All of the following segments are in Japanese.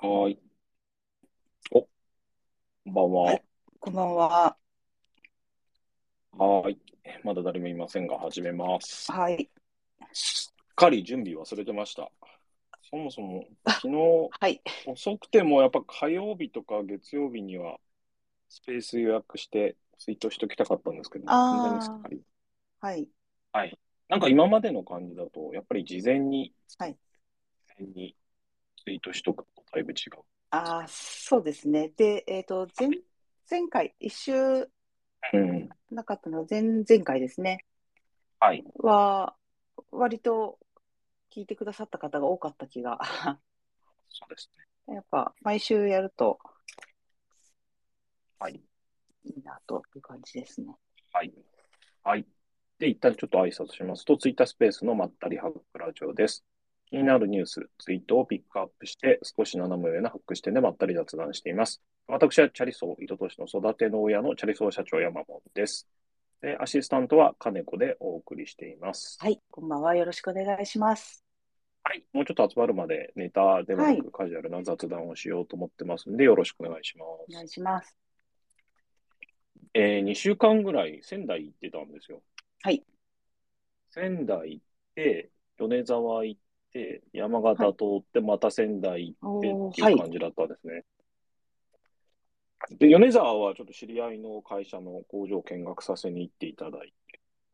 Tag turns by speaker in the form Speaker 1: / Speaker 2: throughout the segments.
Speaker 1: はーい。お、こんばん
Speaker 2: は
Speaker 1: は。
Speaker 2: い、こんばんは。
Speaker 1: はーい。まだ誰もいませんが、始めます。
Speaker 2: はい。
Speaker 1: すっかり準備忘れてました。そもそも、昨日
Speaker 2: はい。
Speaker 1: 遅くても、やっぱ火曜日とか月曜日にはスペース予約してツイートしておきたかったんですけど、完全にすっ
Speaker 2: あ
Speaker 1: かり。
Speaker 2: あ、はい。
Speaker 1: はい。なんか今までの感じだと、やっぱり事前に、
Speaker 2: はい。
Speaker 1: 事前にツイートしとくとだいぶ違う。
Speaker 2: ああ、そうですね。で、えっと、前、前回、一周
Speaker 1: うん。
Speaker 2: なかったのは、前々回ですね。
Speaker 1: はい。
Speaker 2: は、割と聞いてくださった方が多かった気が。
Speaker 1: そうですね。
Speaker 2: やっぱ、毎週やると
Speaker 1: はい。
Speaker 2: いいなという感じですね。
Speaker 1: はい。はい。で、一旦ちょっと挨拶しますと、ツイッタースペースのまったりハックラジオです。気になるニュース、ツイートをピックアップして、少し斜め上のハック視点でまったり雑談しています。私はチャリソー、糸都市の育ての親のチャリソー社長山本です。で、アシスタントは金子でお送りしています。
Speaker 2: はい。こんばんは。よろしくお願いします。
Speaker 1: はい。もうちょっと集まるまでネタでは
Speaker 2: は。
Speaker 1: ないくカジュアルな雑談をしようと思ってますんで、よろしくお願いしま
Speaker 2: お願
Speaker 1: す。
Speaker 2: いします。
Speaker 1: え2週間ぐらい仙台行ってたんですよ。
Speaker 2: はい。
Speaker 1: 仙台行って、米沢行って、山
Speaker 2: は
Speaker 1: 形
Speaker 2: い。
Speaker 1: 通って、また仙台行ってっ
Speaker 2: おー、
Speaker 1: てい
Speaker 2: は
Speaker 1: う
Speaker 2: い。
Speaker 1: 感じだったんですね。で、米沢はちょっと知り合いの会社の工場を見学させに行っていただい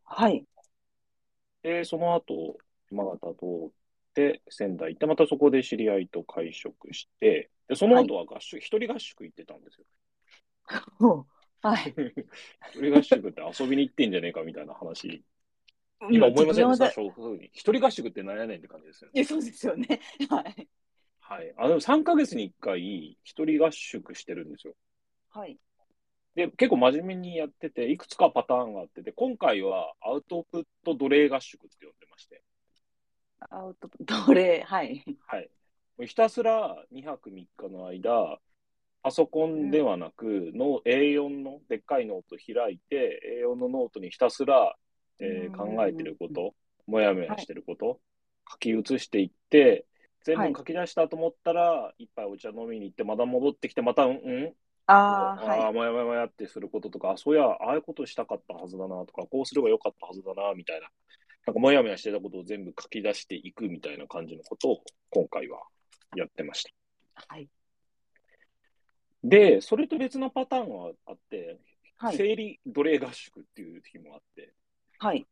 Speaker 2: はい。
Speaker 1: て、でその後、山形通って、仙台行って、またそこで知り合いと会食して、で、その
Speaker 2: は
Speaker 1: 後
Speaker 2: い。
Speaker 1: は合宿、一人合宿行ってたんですよ。
Speaker 2: おーはい。
Speaker 1: 一人合宿って遊びに行ってんじゃねえかみたいな話、
Speaker 2: うん
Speaker 1: 今
Speaker 2: まあ、
Speaker 1: 思い
Speaker 2: 微
Speaker 1: ませんで
Speaker 2: 妙
Speaker 1: した、
Speaker 2: だ。
Speaker 1: そういうふうに。一人合宿ってなんやねんって感じですよね。
Speaker 2: え、そうですよね。 はい。
Speaker 1: はい。あ、でも3ヶ月に1回、一人合宿してるんですよ。
Speaker 2: はい。
Speaker 1: で、結構真面目にやってて、いくつかパターンがあってて、今回はアウトプット奴隷合宿って呼んでまして、
Speaker 2: アウト プット、奴隷、はい。
Speaker 1: はい。もうひたすら2泊3日の間、パソコ
Speaker 2: う
Speaker 1: ンで
Speaker 2: ん。
Speaker 1: はなく、の A4 のでっかいノート開いて、A4 のノートにひたすら、
Speaker 2: うん、
Speaker 1: えー
Speaker 2: う
Speaker 1: 考えて
Speaker 2: ん、
Speaker 1: る
Speaker 2: う
Speaker 1: こ
Speaker 2: ん。
Speaker 1: と、もやもや
Speaker 2: は
Speaker 1: し
Speaker 2: い。
Speaker 1: てること、書き写していって、全
Speaker 2: は
Speaker 1: 部
Speaker 2: い。
Speaker 1: 書き出したと思ったら、一杯お茶飲みに行って、また戻ってきて、また、うん、うん
Speaker 2: ああ、は
Speaker 1: ああー、
Speaker 2: い。
Speaker 1: もやもやもやってすることとか、あそういや、ああいうことしたかったはずだなとか、こうすればよかったはずだな、みたいな。なんか、もやもやしてたことを全部書き出していくみたいな感じのことを、今回はやってました。
Speaker 2: はい。
Speaker 1: で、それと別のパターンはあって、
Speaker 2: はい。
Speaker 1: 生理奴隷合宿っていう日もあって、
Speaker 2: はい。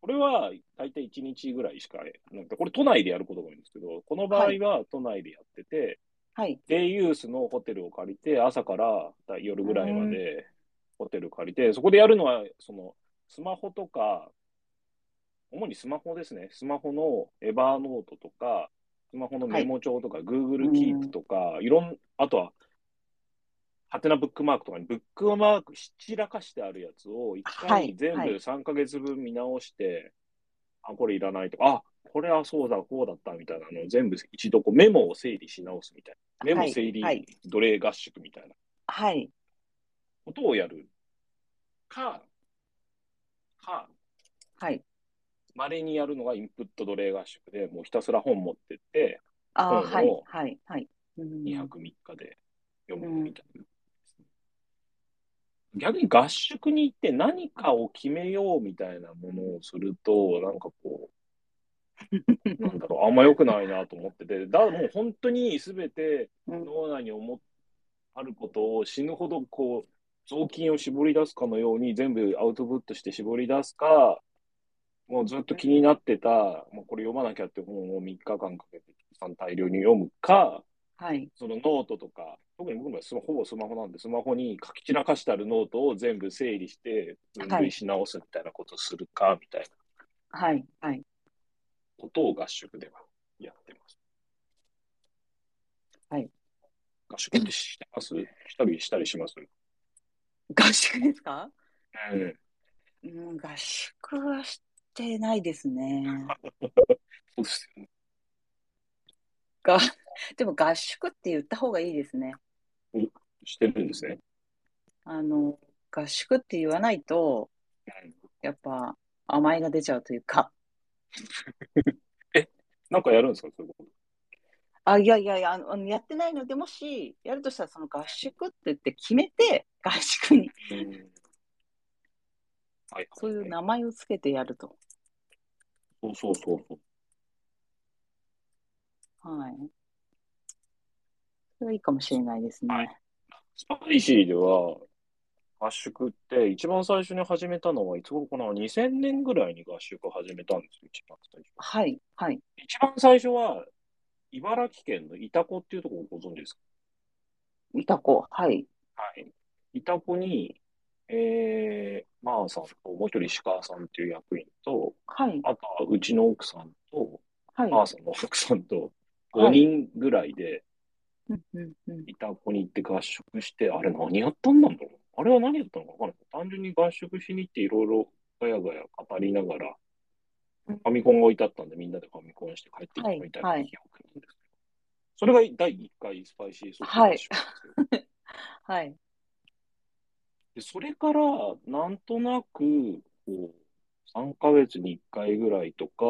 Speaker 1: これは大体1日ぐらいしかなくて、これ都内でやることが多いんですけど、この場合
Speaker 2: はい。
Speaker 1: は都内でやってて、
Speaker 2: はい。
Speaker 1: デイユースのホテルを借りて、朝から夜
Speaker 2: う
Speaker 1: ぐらいま
Speaker 2: ーん。
Speaker 1: でホテル借りて、そこでやるのは、その、スマホとか、主にスマホですね。スマホのエバーノートとか、スマホの
Speaker 2: は
Speaker 1: メ
Speaker 2: い。
Speaker 1: モ帳とか、
Speaker 2: う
Speaker 1: Google
Speaker 2: ー
Speaker 1: Keep
Speaker 2: ん。
Speaker 1: とか、いろん、あとは、ハテナブックマークとかにブックマークし散らかしてあるやつを一
Speaker 2: は
Speaker 1: 回
Speaker 2: い。
Speaker 1: 全
Speaker 2: はい。
Speaker 1: 部3ヶ月分見直して、あ、これいらないとか、あ、これはそうだ、こうだったみたいなのを全部一度こうメモを整理し直すみたいな。メ
Speaker 2: は
Speaker 1: モ
Speaker 2: い。
Speaker 1: 整
Speaker 2: は
Speaker 1: 理
Speaker 2: い。
Speaker 1: 奴隷合宿みたいな
Speaker 2: はい。
Speaker 1: ことをやるか、か、
Speaker 2: はい。
Speaker 1: 稀にやるのがインプット奴隷合宿で、もうひたすら本持ってって、
Speaker 2: ああ、
Speaker 1: 本
Speaker 2: はい。
Speaker 1: を
Speaker 2: はい。はい。うーん。
Speaker 1: 2泊3日で読
Speaker 2: う
Speaker 1: むみ
Speaker 2: ん。
Speaker 1: たいな。逆に合宿に行って何かを決めようみたいなものをすると、なんかこ う、なんだろう、あんま良くないなと思ってて、だ、もう本当に全て
Speaker 2: うん。
Speaker 1: 脳内に思あることを死ぬほどこう、雑巾を絞り出すかのように全部アウトプットして絞り出すか、もうずっと気になってた、もうこれ読まなきゃって本を3日間かけて大量に読むか、
Speaker 2: はい。
Speaker 1: そのノートとか、特に僕もスマほぼスマホなんで、スマホに書き散らかしてあるノートを全部整理して、分
Speaker 2: は
Speaker 1: 類
Speaker 2: い。
Speaker 1: し直すみたいなことをするか、みたいな
Speaker 2: はい。はい。
Speaker 1: ことを合宿ではやってます。
Speaker 2: はい。
Speaker 1: 合宿ってしてますしたりしたりします
Speaker 2: 合宿ですか
Speaker 1: うん。
Speaker 2: うん、合宿はしてないですね。
Speaker 1: そうですよね。
Speaker 2: が、 でも合宿って言った方がいいですね。
Speaker 1: おしてるんですね。
Speaker 2: あの、合宿って言わないと、
Speaker 1: うん
Speaker 2: やっぱ甘えが出ちゃうというか。
Speaker 1: え、なんかやるんですかそういうこと。
Speaker 2: あ、いやいやいや、あの、あのやってないので、もし、やるとしたら、その合宿って言って決めて、合宿に、
Speaker 1: うんはい
Speaker 2: そうい
Speaker 1: はい
Speaker 2: う
Speaker 1: はい。
Speaker 2: 名前をつけてやると。
Speaker 1: そうそうそうそう。
Speaker 2: はい。それはいいかもしれないです
Speaker 1: は
Speaker 2: ね。
Speaker 1: い。スパイシーでは、合宿って一番最初に始めたのは、いつ頃かな ?2000 年ぐらいに合宿を始めたんですよ、一番最初。
Speaker 2: はい、はい。
Speaker 1: 一番最初は、茨城県の潮来っていうところをご存知ですか
Speaker 2: いた子、はい。
Speaker 1: はい。潮来に、えー、マーさんと、もう一人石川さんっていう役員と、
Speaker 2: はい、
Speaker 1: あとはうちの奥さんと、
Speaker 2: はい、
Speaker 1: マーさんの奥さんと、
Speaker 2: は
Speaker 1: 5
Speaker 2: い。
Speaker 1: 人ぐらいで、
Speaker 2: うんうんうん。
Speaker 1: いた子に行って合宿して、あれ何やったんだろうあれは何やったのか分からない。単純に合宿しに行っていろいろガヤガヤ語りながら、
Speaker 2: うん
Speaker 1: ファミコンが置いてあったんでみんなでファミコンして帰ってき
Speaker 2: は
Speaker 1: た
Speaker 2: い、
Speaker 1: みたいな
Speaker 2: はい、
Speaker 1: 記憶なんですけど。それが第1回スパイシーソフト
Speaker 2: は
Speaker 1: 合
Speaker 2: い、
Speaker 1: 宿なんですよ。
Speaker 2: はい。
Speaker 1: で、それからなんとなく、こう、3ヶ月に1回ぐらいとか、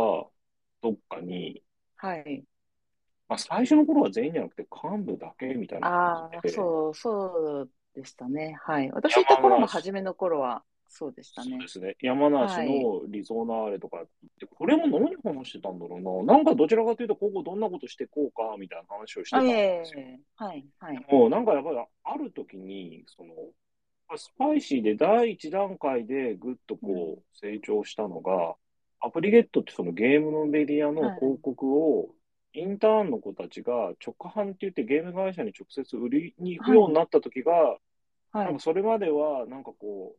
Speaker 1: どっかに、
Speaker 2: はい。
Speaker 1: まあ最初の頃は全員じゃなくて幹部だけみたいな感じ
Speaker 2: ああ、
Speaker 1: で、
Speaker 2: そう、そうでしたね。はい。私いた
Speaker 1: 山
Speaker 2: 頃の
Speaker 1: 梨、
Speaker 2: 初めの頃は、そうでした
Speaker 1: そうで
Speaker 2: ね。
Speaker 1: すね。山梨
Speaker 2: はい。
Speaker 1: のリゾナーレとか行って、これも何話してたんだろうな。なんかどちらかというと、今後どんなことしてこうか、みたいな話をし
Speaker 2: あ、
Speaker 1: て
Speaker 2: い
Speaker 1: たん
Speaker 2: えい
Speaker 1: ですよ。
Speaker 2: えいえ、はい、はい、
Speaker 1: でも、なんかやっぱりある時に、その、スパイシーで第一段階でぐっと
Speaker 2: うん、
Speaker 1: こう成長したのが、アプリゲットってそのゲームのメディアの
Speaker 2: はい。
Speaker 1: 広告をインターンの子たちが直販って言ってゲーム会社に直接売りに行く
Speaker 2: は
Speaker 1: ように
Speaker 2: い、
Speaker 1: なった時が、
Speaker 2: は
Speaker 1: なんか
Speaker 2: い、
Speaker 1: それまではなんかこ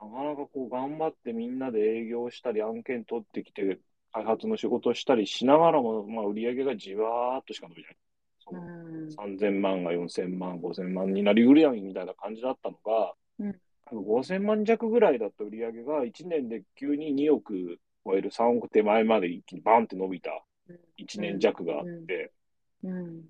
Speaker 1: う、なかなかこう頑張ってみんなで営業したり案件取ってきて開発の仕事をしたりしながらも、まあ、売り上げがじわーっとしか伸びない。そうの
Speaker 2: ん、
Speaker 1: 3000万が4000万、5000万になりうるやんみたいな感じだったのが、
Speaker 2: うん、
Speaker 1: 多分5000万弱ぐらいだった売り上げが1年で急に2億超える3億手前まで一気にバンって伸びた1
Speaker 2: う
Speaker 1: 年
Speaker 2: ん、
Speaker 1: 弱があっ
Speaker 2: うん、
Speaker 1: て、
Speaker 2: うん。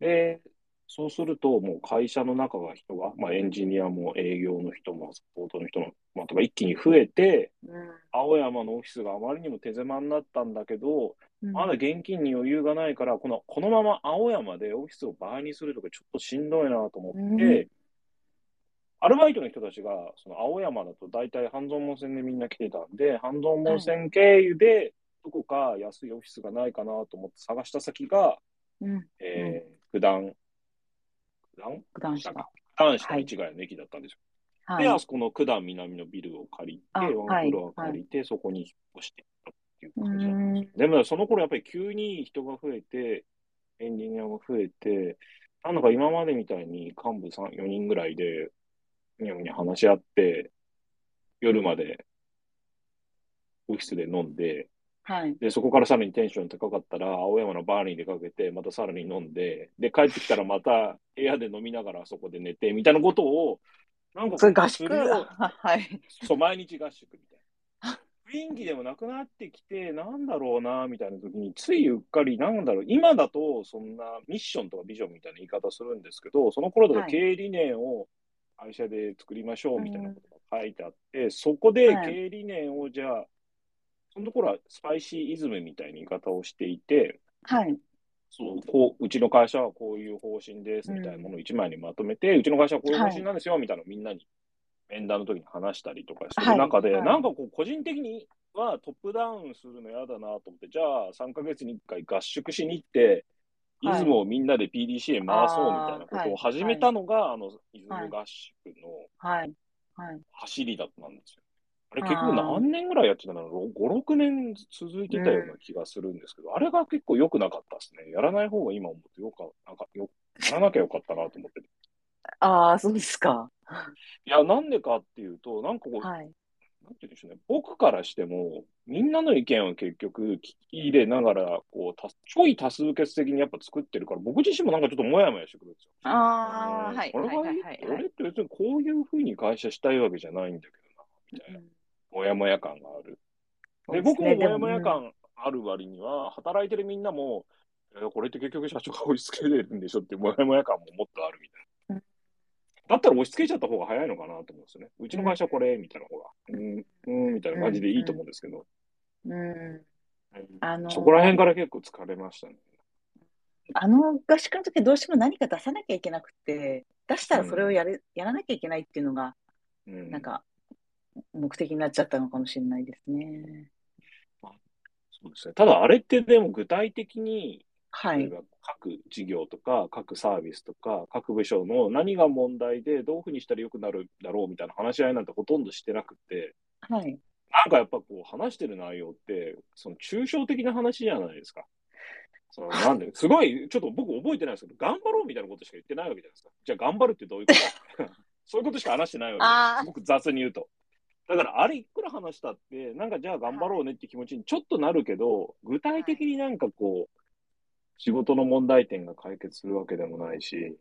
Speaker 1: で、そうすると、もう会社の中が人が、まあ、エンジニアも営業の人もサポートの人も、まあ、とか一気に増えて、
Speaker 2: うん
Speaker 1: 青山のオフィスがあまりにも手狭になったんだけど、
Speaker 2: う
Speaker 1: まだ
Speaker 2: ん
Speaker 1: 現金に余裕がないから、この、このまま青山でオフィスを倍にするとかちょっとしんどいなと思っ
Speaker 2: うん
Speaker 1: て、アルバイトの人たちが、その青山だと大体半蔵門線でみんな来てたんで、半蔵門
Speaker 2: はい。
Speaker 1: 線経由で、どこか安いオフィスがないかなと思って探した先が、
Speaker 2: うん、うん。
Speaker 1: えー、九段、九段
Speaker 2: 九段
Speaker 1: だっけ
Speaker 2: 下。
Speaker 1: 九段下
Speaker 2: はい、
Speaker 1: 市ヶ谷の駅だったんですよ。
Speaker 2: は
Speaker 1: で、あ
Speaker 2: い。
Speaker 1: そこの九段南のビルを借りて、
Speaker 2: あ、
Speaker 1: ワン
Speaker 2: は
Speaker 1: フ
Speaker 2: い、
Speaker 1: ロア
Speaker 2: は
Speaker 1: 借
Speaker 2: い。
Speaker 1: りて、そこに引っ越してったっていう
Speaker 2: う
Speaker 1: 感じだったんです
Speaker 2: ん、
Speaker 1: よ。でも、その頃やっぱり急に人が増えて、エンジニアが増えて、なんだか今までみたいに幹部3、4人ぐらいで、にゃむにゃ話し合って、夜までオフィスで飲んで、
Speaker 2: はい。
Speaker 1: で、そこからさらにテンション高かったら、青山のバーに出かけて、またさらに飲んで、で、帰ってきたらまた部屋で飲みながらそこで寝て、みたいなことを、なんか
Speaker 2: それ合
Speaker 1: す
Speaker 2: 宿、
Speaker 1: るよう、
Speaker 2: は、はい。
Speaker 1: そう、毎日合宿みたいな。雰囲気でもなくなってきて、なんだろうな、みたいな時に、ついうっかり、なんだろう、今だと、そんなミッションとかビジョンみたいな言い方するんですけど、その頃だと
Speaker 2: は
Speaker 1: 経
Speaker 2: い。
Speaker 1: 営理念を会社で作りましょう、
Speaker 2: う
Speaker 1: みたいなこ
Speaker 2: ん、
Speaker 1: とが書いてあって、そこで
Speaker 2: は
Speaker 1: 経
Speaker 2: い。
Speaker 1: 営理念を、じゃあ、そのところはスパイシーイズムみたいな言い方をしていて、
Speaker 2: はい。
Speaker 1: そう、こう、うちの会社はこういう方針です
Speaker 2: う
Speaker 1: みたいなも
Speaker 2: ん。
Speaker 1: のを一枚にまとめて、うちの会社はこういう方
Speaker 2: は
Speaker 1: 針
Speaker 2: い。
Speaker 1: なんですよみたいなのをみんなに面談の時に話したりとかする
Speaker 2: はい。
Speaker 1: 中で、
Speaker 2: は
Speaker 1: なん
Speaker 2: い。
Speaker 1: かこう、個人的にはトップダウンするの嫌だなと思って、じゃあ3ヶ月に1回合宿しに行って、イ
Speaker 2: は
Speaker 1: ズム
Speaker 2: い。
Speaker 1: をみんなで PDCA 回そうみたい
Speaker 2: あ
Speaker 1: な
Speaker 2: あ、
Speaker 1: こ
Speaker 2: は
Speaker 1: とを
Speaker 2: い。
Speaker 1: 始め
Speaker 2: は
Speaker 1: た
Speaker 2: い。
Speaker 1: のが、あの、イズ
Speaker 2: は
Speaker 1: ム
Speaker 2: い。
Speaker 1: 合宿の
Speaker 2: はい。はい。
Speaker 1: 走りだったんですよ。あれ結局
Speaker 2: ああ、。
Speaker 1: 何年ぐらいやってたの ?5、6年続いうてたようなん気がするんですけど、あれが結構良くなかったですね。やらない方が今思ってよか、なんかよ、やらなきゃよかったなと思ってて。
Speaker 2: ああ、そうですか。
Speaker 1: いや、なんでかっていうと、なんかこ
Speaker 2: はい。
Speaker 1: う、なんて言うんでしょうね。僕からしても、みんなの意見を結局聞き入れながら、こう、たちょい多数決的にやっぱ作ってるから、僕自身もなんかちょっとモヤモヤしてくるんですよ。
Speaker 2: ああ、
Speaker 1: うーん、
Speaker 2: はい、
Speaker 1: これ
Speaker 2: はい、
Speaker 1: が
Speaker 2: はいい、
Speaker 1: い、
Speaker 2: はい、は
Speaker 1: 俺
Speaker 2: い。
Speaker 1: って別にこういうふうに会社したいわけじゃないんだけどな、みたいうな。
Speaker 2: ん、
Speaker 1: モヤモヤ感がある。
Speaker 2: そう
Speaker 1: で、
Speaker 2: です
Speaker 1: 僕も
Speaker 2: ね。
Speaker 1: モ
Speaker 2: で
Speaker 1: ヤ
Speaker 2: も、
Speaker 1: モヤ
Speaker 2: うん。
Speaker 1: 感ある割には、働いてるみんなも、えーこれって結局社長が押し付けてるんでしょってモヤモヤ感ももっとあるみたい
Speaker 2: うん、
Speaker 1: な。だったら押し付けちゃった方が早いのかなと思うんですよね。うち
Speaker 2: う
Speaker 1: の
Speaker 2: ん、
Speaker 1: 会社これ、みたいな方が、うん、うん、みたいな
Speaker 2: う
Speaker 1: 感じ
Speaker 2: ん、
Speaker 1: でいいと
Speaker 2: う
Speaker 1: 思
Speaker 2: ん。
Speaker 1: うんですけど。
Speaker 2: うん。
Speaker 1: うん
Speaker 2: あのー
Speaker 1: そこら辺から結構疲れましたね。
Speaker 2: あの合宿の時はどうしても何か出さなきゃいけなくて、出したらそれをやれ、やらなきゃいけないっていうのが、
Speaker 1: うん、
Speaker 2: なんか、目的になっちゃったのかもしれないですね。
Speaker 1: そうですね。ただ、あれってでも具体的に、
Speaker 2: は
Speaker 1: 例え
Speaker 2: い。
Speaker 1: ば各事業とか、各サービスとか、各部署の何が問題で、どういうふうにしたら良くなるだろうみたいな話し合いなんてほとんどしてなくて、
Speaker 2: はい。
Speaker 1: なんかやっぱこう話してる内容って、その抽象的な話じゃないですか。そのなんで、すごい、ちょっと僕覚えてないですけど、頑張ろうみたいなことしか言ってないわけじゃないですか。じゃあ頑張るってどういうことそういうことしか話してないわけ
Speaker 2: あ
Speaker 1: です。僕雑に言うと。だからあれいくら話したって、なんかじゃあ頑張ろうねって気持ちにちょっとなるけど、具体的になんかこう、仕事の問題点が解決するわけでもないし、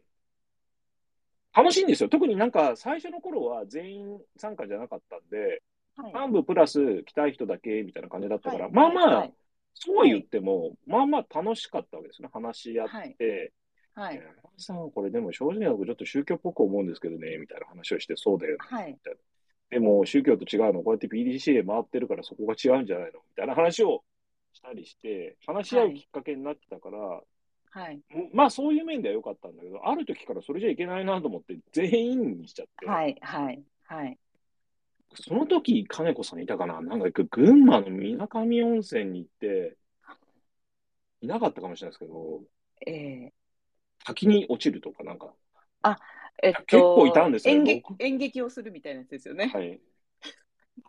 Speaker 1: 楽しいんですよ。特になんか最初の頃は全員参加じゃなかったんで、
Speaker 2: はい。
Speaker 1: 幹部プラス来たい人だけみたいな感じだったから、
Speaker 2: はい
Speaker 1: まあまあ、
Speaker 2: はい
Speaker 1: そうは言っても、まあまあ楽しかったわけですね、話し合って。
Speaker 2: はい
Speaker 1: いや。山田さん、これでも正直なとこちょっと宗教っぽく思うんですけどね、みたいな話をして、そうだよね。
Speaker 2: はい。
Speaker 1: でも宗教と違うの、こうやって PDCA で回ってるからそこが違うんじゃないのみたいな話をしたりして、話し合うきっかけになってたから、
Speaker 2: はい。
Speaker 1: もうまあそういう面では良かったんだけど、ある時からそれじゃいけないなと思って、全員にしちゃって。
Speaker 2: はい。はい。はい。
Speaker 1: その時、金子さんいたかななんか、ぐ群馬の水上温泉に行って、いなかったかもしれないですけど、
Speaker 2: ええ
Speaker 1: 滝に落ちるとか、なんか、
Speaker 2: えっ
Speaker 1: 結構いたんですね
Speaker 2: 演劇
Speaker 1: 僕
Speaker 2: 演劇をするみたいなやつですよね。
Speaker 1: はい。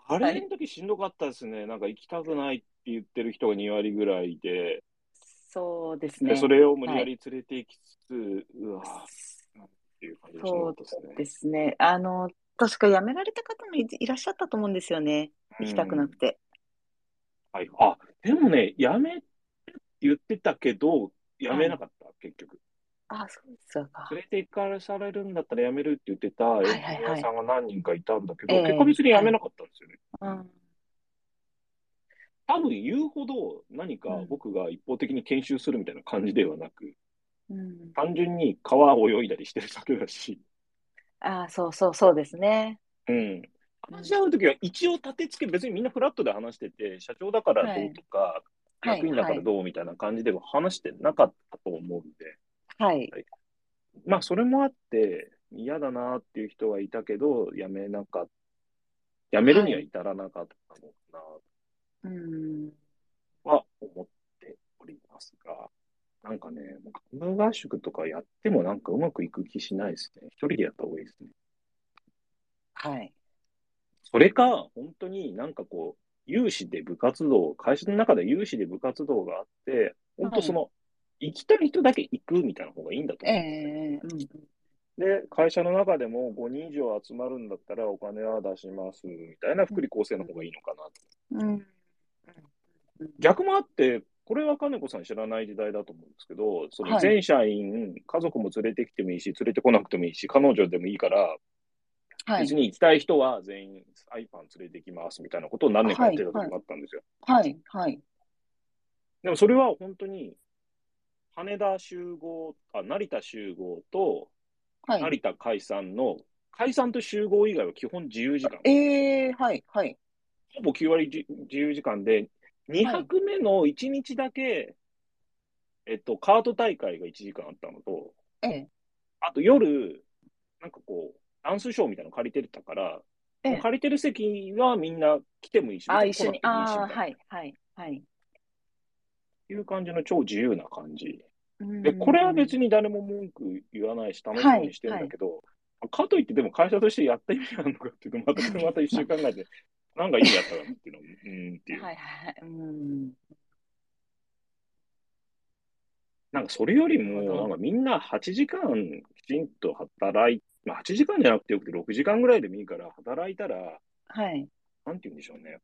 Speaker 1: あれの時しんどかったですね。なんか、行きたくないって言ってる人が2割ぐらいいて、
Speaker 2: そうです
Speaker 1: で
Speaker 2: ね。
Speaker 1: それを無理やり連れて行きつつ、うわーっていう感じでしんど
Speaker 2: そ
Speaker 1: か
Speaker 2: う
Speaker 1: ったですね。
Speaker 2: ですね。あの、確か辞められた方もいいらっしゃったと思うんですよね。行きたくなくて。
Speaker 1: うんはい。あ、でもね、やめって言ってたけど、やめなかった、結局。
Speaker 2: あ、そうですか。
Speaker 1: 連れて行かされるんだったら辞めるって言ってたエ
Speaker 2: いはい
Speaker 1: ンジニアさんが何人かいたんだけど、
Speaker 2: ええ
Speaker 1: 結果別に辞めなかったんですよね。
Speaker 2: うん。
Speaker 1: 多分言うほど何か
Speaker 2: うん
Speaker 1: 僕が一方的に研修するみたいな感じではなく、
Speaker 2: うん、
Speaker 1: 単純に川を泳いだりしてるだけだし、
Speaker 2: あ、そうそうそうですね。
Speaker 1: うん。話し合うときは一応立て付け、別にみんなフラットで話してて、社長だからどうとか、
Speaker 2: はい
Speaker 1: 役員だからどうみたいな感じでは話してなかったと思うんで、
Speaker 2: はい。
Speaker 1: まあ、それもあって、嫌だなっていう人はいたけど、辞めなかった、辞めるには至らなかったのか
Speaker 2: うん。
Speaker 1: なは思っておりますが、なんかね、幹部合宿とかやってもなんかうまくいく気しないですね。一人でやった方がいいですね。
Speaker 2: はい。
Speaker 1: それか、本当になんかこう、有志で部活動、会社の中で有志で部活動があって、本当その、行きたい人だけ行くみたいな方がいいんだと
Speaker 2: え
Speaker 1: 思う。
Speaker 2: えうん。
Speaker 1: で、会社の中でも5人以上集まるんだったらお金は出しますみたいな福利厚生の方がいいのかなと。
Speaker 2: うん。
Speaker 1: 逆もあって、これは金子さん知らない時代だと思うんですけど、その
Speaker 2: はい
Speaker 1: 全社員、家族も連れてきてもいいし、連れてこなくてもいいし、彼女でもいいから、
Speaker 2: はい
Speaker 1: 別。に行きたい人は全員 iPhone 連れてきますみたいなことを何年かやってた時があったんですよ。
Speaker 2: はい。はい。
Speaker 1: でもそれは本当に、羽田集合、あ、成田集合と
Speaker 2: はい。
Speaker 1: 成田解散の、解散と集合以外は基本自由時間。
Speaker 2: ええはい。はい。
Speaker 1: ほぼ9割じ自由時間で、2泊目の1日だけ、えっと、カート大会が1時間あったのと、
Speaker 2: ええ
Speaker 1: あと夜、なんかこう、ダンスショーみたいなの借りてたから、
Speaker 2: ええ
Speaker 1: 借りてる席はみんな来てもいいし、
Speaker 2: あ、
Speaker 1: 別
Speaker 2: 一緒
Speaker 1: に
Speaker 2: に。
Speaker 1: 来なくてもいいしみ
Speaker 2: あ
Speaker 1: たいな
Speaker 2: はい。はい。はい。
Speaker 1: っていう感じの超自由な感じ。
Speaker 2: うん
Speaker 1: で、これは別に誰も文句言わないし、楽しみにしてるんだけど、かといってでも会社としてやってみるのかっていうと、またそれまた一週間ぐら いで、なんかいいやったらっていうのも、うんっていう。
Speaker 2: はい。はい。うん。
Speaker 1: なんかそれより
Speaker 2: なる
Speaker 1: も、
Speaker 2: ほど
Speaker 1: なんかみんな8時間きちんと働い、まあ、8時間じゃなくてよくて6時間ぐらいでもいいから働いたら、
Speaker 2: はい。
Speaker 1: なんて言うんでしょうね。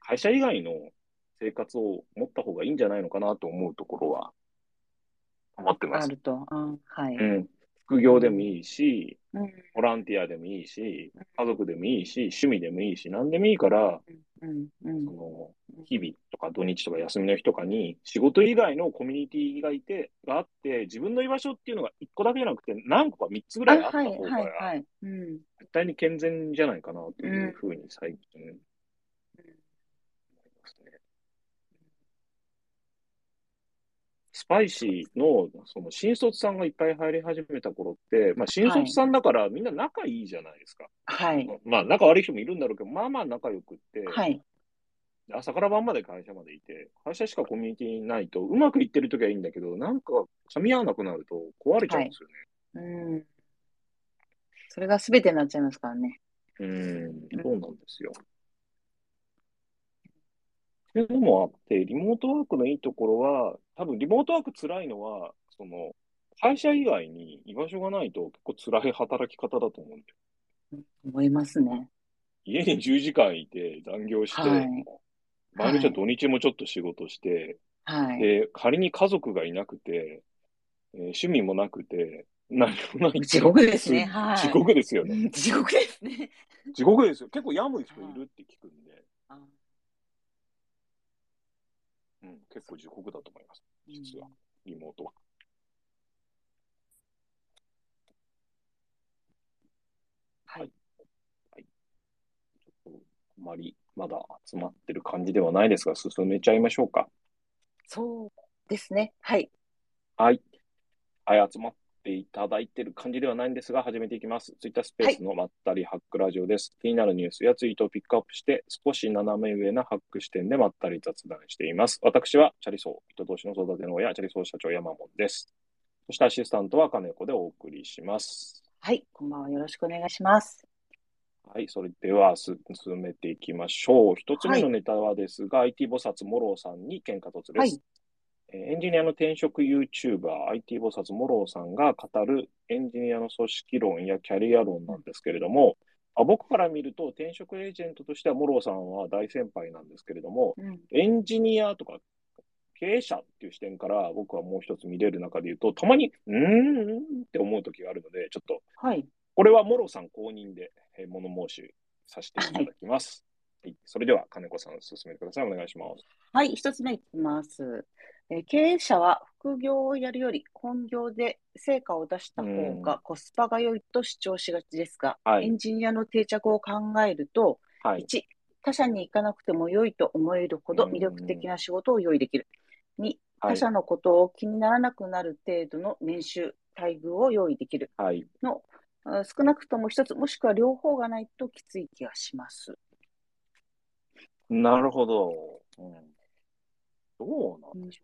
Speaker 1: 会社以外の生活を持った方がいいんじゃないのかなと思うところは思ってま
Speaker 2: あ
Speaker 1: す。
Speaker 2: ると。うん。はい。
Speaker 1: うん。副業でもいいし、
Speaker 2: うん。
Speaker 1: ボランティアでもいいし、家族でもいいし、趣味でもいいし、何でもいいから、
Speaker 2: うん。う
Speaker 1: そ
Speaker 2: ん。
Speaker 1: の日々とか土日とか休みの日とかに仕事以外のコミュニティがいて、があって、自分の居場所っていうのが1個だけじゃなくて何個か3つぐら
Speaker 2: あ、
Speaker 1: いあった
Speaker 2: は
Speaker 1: 方
Speaker 2: い。はい。は
Speaker 1: が、
Speaker 2: い。うん。
Speaker 1: 絶対に健全じゃないかなというふうに最近スパイシーの、その新卒さんがいっぱい入り始めた頃って、まあ、新卒さんだからみんな仲いいじゃないですか。
Speaker 2: はい。
Speaker 1: まあ、仲悪い人もいるんだろうけど、まあまあ仲良くって、
Speaker 2: はい。
Speaker 1: 朝から晩まで会社までいて、会社しかコミュニティないと、うまくいってる時はいいんだけど、なんか噛み合わなくなると壊れちゃうんですよね。
Speaker 2: うん。それが全てになっちゃいますからね。
Speaker 1: うん、そうなんですよ。っていうのもあって、リモートワークのいいところは、多分リモートワーク辛いのは、その、会社以外に居場所がないと結構辛い働き方だと思うんで、
Speaker 2: 思いますね。
Speaker 1: 家に10時間いて残業して、
Speaker 2: はい
Speaker 1: 場合によっては土日もちょっと仕事して、
Speaker 2: はい。
Speaker 1: で、仮に家族がいなくて、えー趣味もなくて、何もないと
Speaker 2: 地獄ですね
Speaker 1: す
Speaker 2: はい
Speaker 1: 地獄ですよね。
Speaker 2: 地獄ですね。
Speaker 1: 地獄ですよ。結構病む人いるって聞くんで、
Speaker 2: あ
Speaker 1: うん、結構地獄だと思います。実は、リモートは。
Speaker 2: はい。
Speaker 1: あまり、まだ集まってる感じではないですが、進めちゃいましょうか。
Speaker 2: そうですね。はい。
Speaker 1: はい。はい、集まっていただいてる感じではないんですが、始めていきます。ツイッタースペースのまったりハックラジオです。気になるニュースやツイートをピックアップして、少し斜め上なハック視点でまったり雑談しています。私は、チャリソー、人同士の育ての親、チャリソー社長山門です。そしてアシスタントは金子でお送りします。
Speaker 2: はい。こんばんは。よろしくお願いします。
Speaker 1: はい、それではす進めていきましょう。一つ目のネタはですが、IT 菩薩モローさんに喧嘩突です、
Speaker 2: はい
Speaker 1: えーエンジニアの転職 YouTuber、IT 菩薩モローさんが語るエンジニアの組織論やキャリア論なんですけれども、あ僕から見ると転職エージェントとしてはモローさんは大先輩なんですけれども、
Speaker 2: うん。
Speaker 1: エンジニアとか経営者っていう視点から僕はもう一つ見れる中で言うと、たまに、うーんうーんって思う時があるので、ちょっと
Speaker 2: はい。
Speaker 1: これはモロさん公認でえー物申しさせていただきます。はい、それでは金子さん進めてください。お願いします。
Speaker 2: はい、一つ目いきます。えー経営者は副業をやるより本業で成果を出した方がコスパが良いと主張しがちですが、
Speaker 1: はい
Speaker 2: エンジニアの定着を考えると、
Speaker 1: はい。
Speaker 2: 1、他社に行かなくても良いと思えるほど魅力的な仕事を用意できる。2、
Speaker 1: は
Speaker 2: 他
Speaker 1: い。
Speaker 2: 社のことを気にならなくなる程度の年収、待遇を用意できる。
Speaker 1: はい。
Speaker 2: あ少なくとも一つ、もしくは両方がないときつい気がします。
Speaker 1: なるほど。うん、どうなんでしょ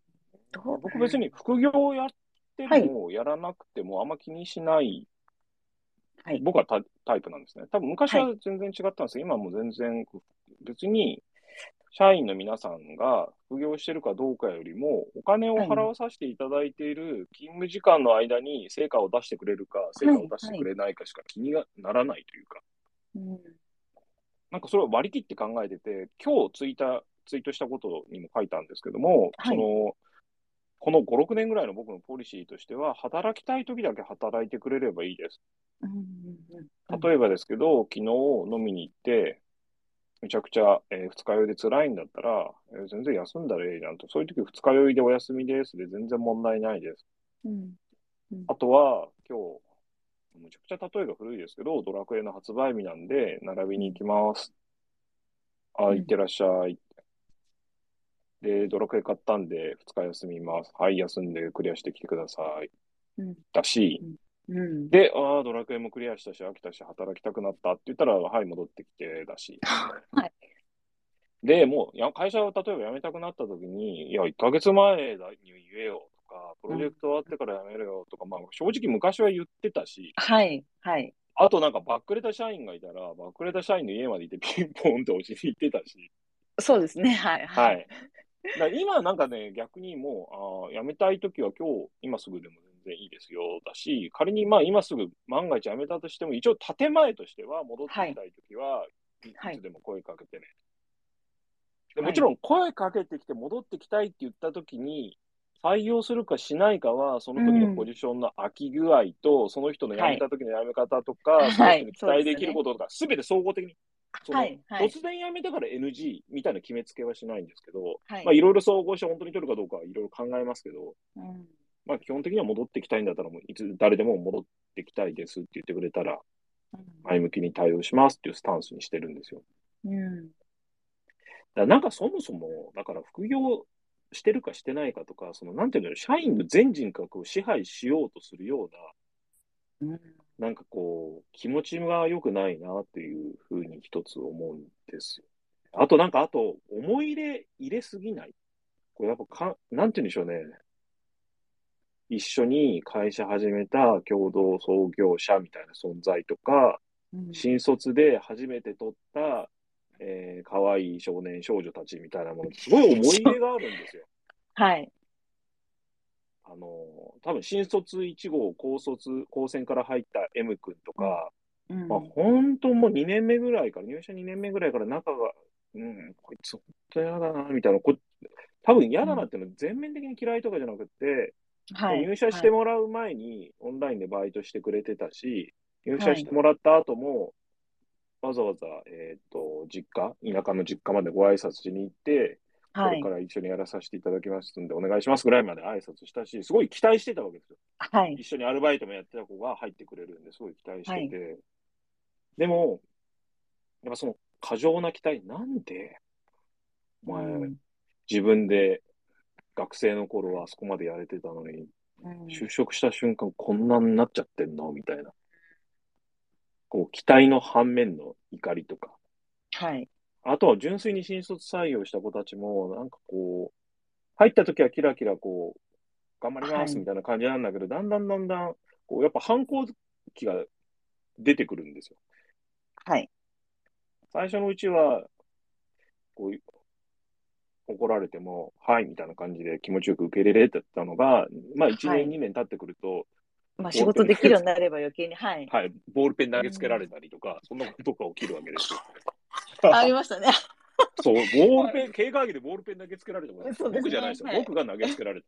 Speaker 2: ど
Speaker 1: う、
Speaker 2: う
Speaker 1: 僕別に副業をやってもやらなくてもあんま気にしない、
Speaker 2: はい
Speaker 1: 僕はタタイプなんですね。多分昔は全然違ったんですけど、今はもう全然別に社員の皆さんが副業してるかどうかよりも、お金を払わさせていただいている勤務時間の間に成果を出してくれるか、成果を出してくれないかしか気にがならないというか、
Speaker 2: うん
Speaker 1: なんかそれを割り切って考えてて、今日ツイートツイートしたことにも書いたんですけども、
Speaker 2: はい
Speaker 1: そのこの5、6年ぐらいの僕のポリシーとしては、働きたい時だけ働いてくれればいいです。
Speaker 2: うんうんうん
Speaker 1: 例えばですけど、昨日飲みに行って、めちゃくちゃ、えー二日酔いで辛いんだったら、えー全然休んだらええじゃんと。そういう時二日酔いでお休みですで全然問題ないです。
Speaker 2: うん
Speaker 1: あとは、今日、めちゃくちゃ例えが古いですけど、ドラクエの発売日なんで、並びに行きます。あ、
Speaker 2: うん
Speaker 1: 行ってらっしゃい。で、ドラクエ買ったんで、二日休みます。はい、休んでクリアしてきてください。
Speaker 2: うん
Speaker 1: だし、
Speaker 2: うん
Speaker 1: で、ああ、ドラクエもクリアしたし、飽きたし、働きたくなったって言ったら、はい、戻ってきてだし。
Speaker 2: はい
Speaker 1: で、もうや、会社を例えば辞めたくなった時に、いや、1ヶ月前だに言えよとか、プロジェクト終わってから辞めるよとか、まあ、正直昔は言ってたし、
Speaker 2: はい、はい。
Speaker 1: あとなんか、バックレた社員がいたら、バックレた社員の家まで行って、ピンポンって押しに行ってたし、
Speaker 2: そうですね、はい、
Speaker 1: は
Speaker 2: はい。
Speaker 1: い。だから今なんかね、逆にもう、あー辞めたいときは今日、今すぐでも全然いいですよ、だし、仮にまあ今すぐ万が一辞めたとしても、一応建前としては戻ってきたいときは、い、
Speaker 2: はい
Speaker 1: つでも声かけてね。で
Speaker 2: はい
Speaker 1: もちろん声かけてきて戻ってきたいって言ったときに、採用するかしないかは、その時のポジションの空き具合と、その人の辞めた時の辞め方とか、
Speaker 2: はい
Speaker 1: その人
Speaker 2: はい
Speaker 1: に期待できることとか、すべ、て総合的にその
Speaker 2: はい、はい。
Speaker 1: 突然辞めたから NG みたいな決めつけはしないんですけど、
Speaker 2: はい
Speaker 1: まあいろいろ総合して本当に取るかどうかはいろいろ考えますけど、
Speaker 2: うん
Speaker 1: まあ基本的には戻ってきたいんだったらもういつ誰でも戻ってきたいですって言ってくれたら前向きに対応しますっていうスタンスにしてるんですよ。
Speaker 2: うん
Speaker 1: だからなんかそもそも、だから副業してるかしてないかとか、その、なんていうの、社員の全人格を支配しようとするよう
Speaker 2: うん
Speaker 1: な、なんかこう、気持ちが良くないなっていうふうに一つ思うんですよ。あとなんか、あと、思い入れ入れすぎない。これやっぱか、なんていうんでしょうね。一緒に会社始めた共同創業者みたいな存在とか、
Speaker 2: うん
Speaker 1: 新卒で初めて撮った、えー、可愛い少年少女たちみたいなもの、すごい思い入れがあるんです よ。
Speaker 2: はい。
Speaker 1: あのー、多分新卒1号、高卒、高専から入った M 君とか、
Speaker 2: うん
Speaker 1: まあ、本当もう2年目ぐらいから、入社2年目ぐらいから仲が、うん、こいつ本当嫌だな、みたいな、こ多分嫌だなっていうのは全面的に嫌いとかじゃなくて、
Speaker 2: はい。
Speaker 1: 入社して
Speaker 2: も、
Speaker 1: もらう前にオンラインでバイトしてくれてたし、入社してもらった後も、わざわざ、えっ、と、実家、田舎の実家までご挨拶しに行って、
Speaker 2: は
Speaker 1: これ
Speaker 2: い。
Speaker 1: から一緒にやらさせていただきますんで、お願いしますぐらいまで挨拶したし、すごい期待してたわけですよ。
Speaker 2: はい。
Speaker 1: 一緒にアルバイトもやってた子が入ってくれるんで、すごい期待してて。でも、やっぱその過剰な期待、なんで、お前、
Speaker 2: うん
Speaker 1: 自分で学生の頃はあそこまでやれてたのに、
Speaker 2: うん
Speaker 1: 就職した瞬間こんなになっちゃってんのみたいな。こう、期待の反面の怒りとか。
Speaker 2: はい。
Speaker 1: あとは純粋に新卒採用した子たちも、なんかこう、入った時はキラキラこう、頑張りま
Speaker 2: はい
Speaker 1: すみたいな感じなんだけど、だんだんだんだん、こう、やっぱ反抗期が出てくるんですよ。
Speaker 2: はい。
Speaker 1: 最初のうちは、こう、怒られても、はい、みたいな感じで気持ちよく受け入れられてたのが、まあ1年、
Speaker 2: はい
Speaker 1: 2年経ってくると、
Speaker 2: まあ、仕事できるようになれば余計に、 はい。
Speaker 1: はい、ボールペン投げつけられたりとか、そんなことが起きるわけです よ。
Speaker 2: ありましたね。
Speaker 1: そう、ボールペン、警戒儀でボールペン投げつけられたこと、
Speaker 2: そうですね
Speaker 1: 僕じゃないですよ、
Speaker 2: はい
Speaker 1: 僕が投げつけられ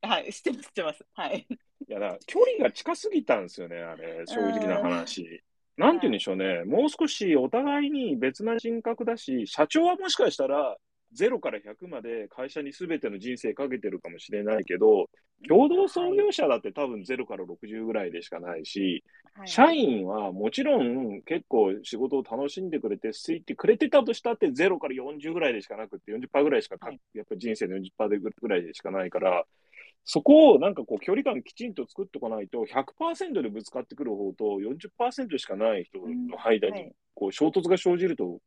Speaker 1: た。
Speaker 2: はい。知ってます、知ってます。はい。
Speaker 1: いや、だから距離が近すぎたんですよね、あれ、正直な話。なんて言うんでしょうね、もう少しお互いに別な人格だし、社長はもしかしたら、0から100まで会社に全ての人生かけてるかもしれないけど、共同創業者だって多分0から60ぐらいでしかないし、
Speaker 2: はい
Speaker 1: 社員はもちろん結構仕事を楽しんでくれて、好いてくれてたとしたって0から40ぐらいでしかなくって、40%ぐらいしかか、
Speaker 2: はい
Speaker 1: やっぱり人生の40%でぐらいでしかないから、そこをなんかこう距離感きちんと作っておかないと、100%でぶつかってくる方と40%しかない人の間
Speaker 2: は
Speaker 1: に
Speaker 2: い。
Speaker 1: こう衝突が生じると、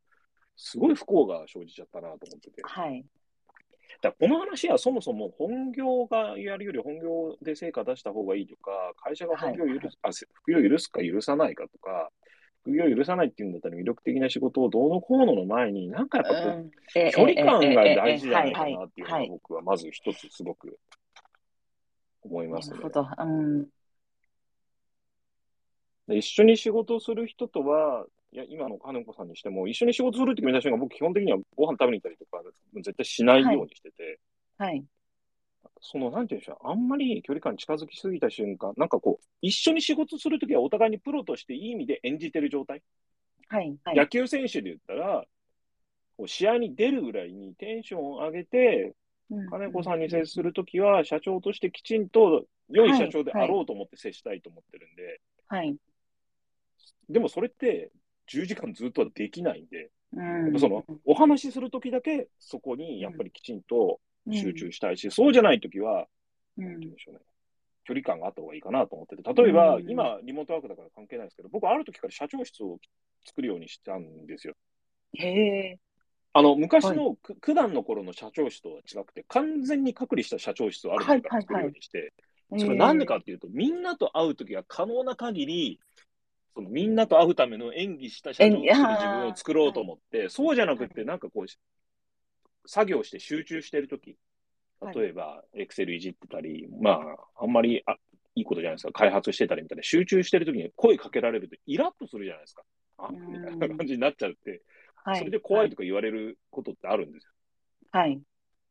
Speaker 1: すごい不幸が生じちゃったなと思ってて。
Speaker 2: はい。
Speaker 1: だからこの話はそもそも本業がやるより本業で成果出した方がいいとか、会社が本業を許す、あせ副業を許すか許さないかとか、副業を許さないっていうんだったら魅力的な仕事をどうのこうのの前に、なんかやっぱこう、
Speaker 2: うんえ
Speaker 1: 距離感が
Speaker 2: ええええ
Speaker 1: 大事じゃないか
Speaker 2: はい
Speaker 1: なっていうの
Speaker 2: は
Speaker 1: が
Speaker 2: い
Speaker 1: 僕はまず一つすごく思い
Speaker 2: は
Speaker 1: ま
Speaker 2: い
Speaker 1: す
Speaker 2: な
Speaker 1: ね
Speaker 2: る。ほど。うん。
Speaker 1: で一緒に仕事をする人とは、いや、今の金子さんにしても、一緒に仕事するって決めた瞬間、僕基本的にはご飯食べに行ったりとか、絶対しないようにしてて、
Speaker 2: はい。
Speaker 1: その、なんていうんでしょう、あんまり距離感近づきすぎた瞬間、なんかこう、一緒に仕事するときはお互いにプロとしていい意味で演じてる状態。
Speaker 2: はい。はい。
Speaker 1: 野球選手で言ったら、こう試合に出るぐらいにテンションを上げて、
Speaker 2: うん
Speaker 1: 金子さんに接するときは、社長としてきちんと良い社長であろうと思って接したいと思ってるんで、
Speaker 2: はい。
Speaker 1: でもそれって、10時間ずっとはできないんで、
Speaker 2: うん。
Speaker 1: そのお話しするときだけ、そこにやっぱりきちんと集中したいし、そうじゃないときは、
Speaker 2: う
Speaker 1: なんて言うん
Speaker 2: ん。
Speaker 1: でしょうね。距離感があった方がいいかなと思ってて、例えば、
Speaker 2: うん
Speaker 1: 今、リモートワークだから関係ないですけど、僕、ある時から社長室を作るようにしたんですよ。
Speaker 2: へえ。
Speaker 1: あの、昔のく九段の頃の社長室とは違くて、完全に隔離した社長室をある時から作るようにして、それなんでかっていうと、みんなと会う時は可能な限り、そのみんなと会うための演技した社長室
Speaker 2: 演
Speaker 1: で
Speaker 2: 技
Speaker 1: 自
Speaker 2: あー
Speaker 1: 分を作ろうと思って、そうじゃなくて、
Speaker 2: は
Speaker 1: なんかこう、作業して集中してるとき、
Speaker 2: はい
Speaker 1: 例えば、エクセルいじってたり、まあ、あんまりあいいことじゃないですか、開発してたりみたいな、集中してるときに声かけられると、イラッとするじゃないですか。あ
Speaker 2: うん
Speaker 1: みたいな感じになっちゃって、
Speaker 2: はい。
Speaker 1: それで怖いとか言われることってあるんですよ。
Speaker 2: はい。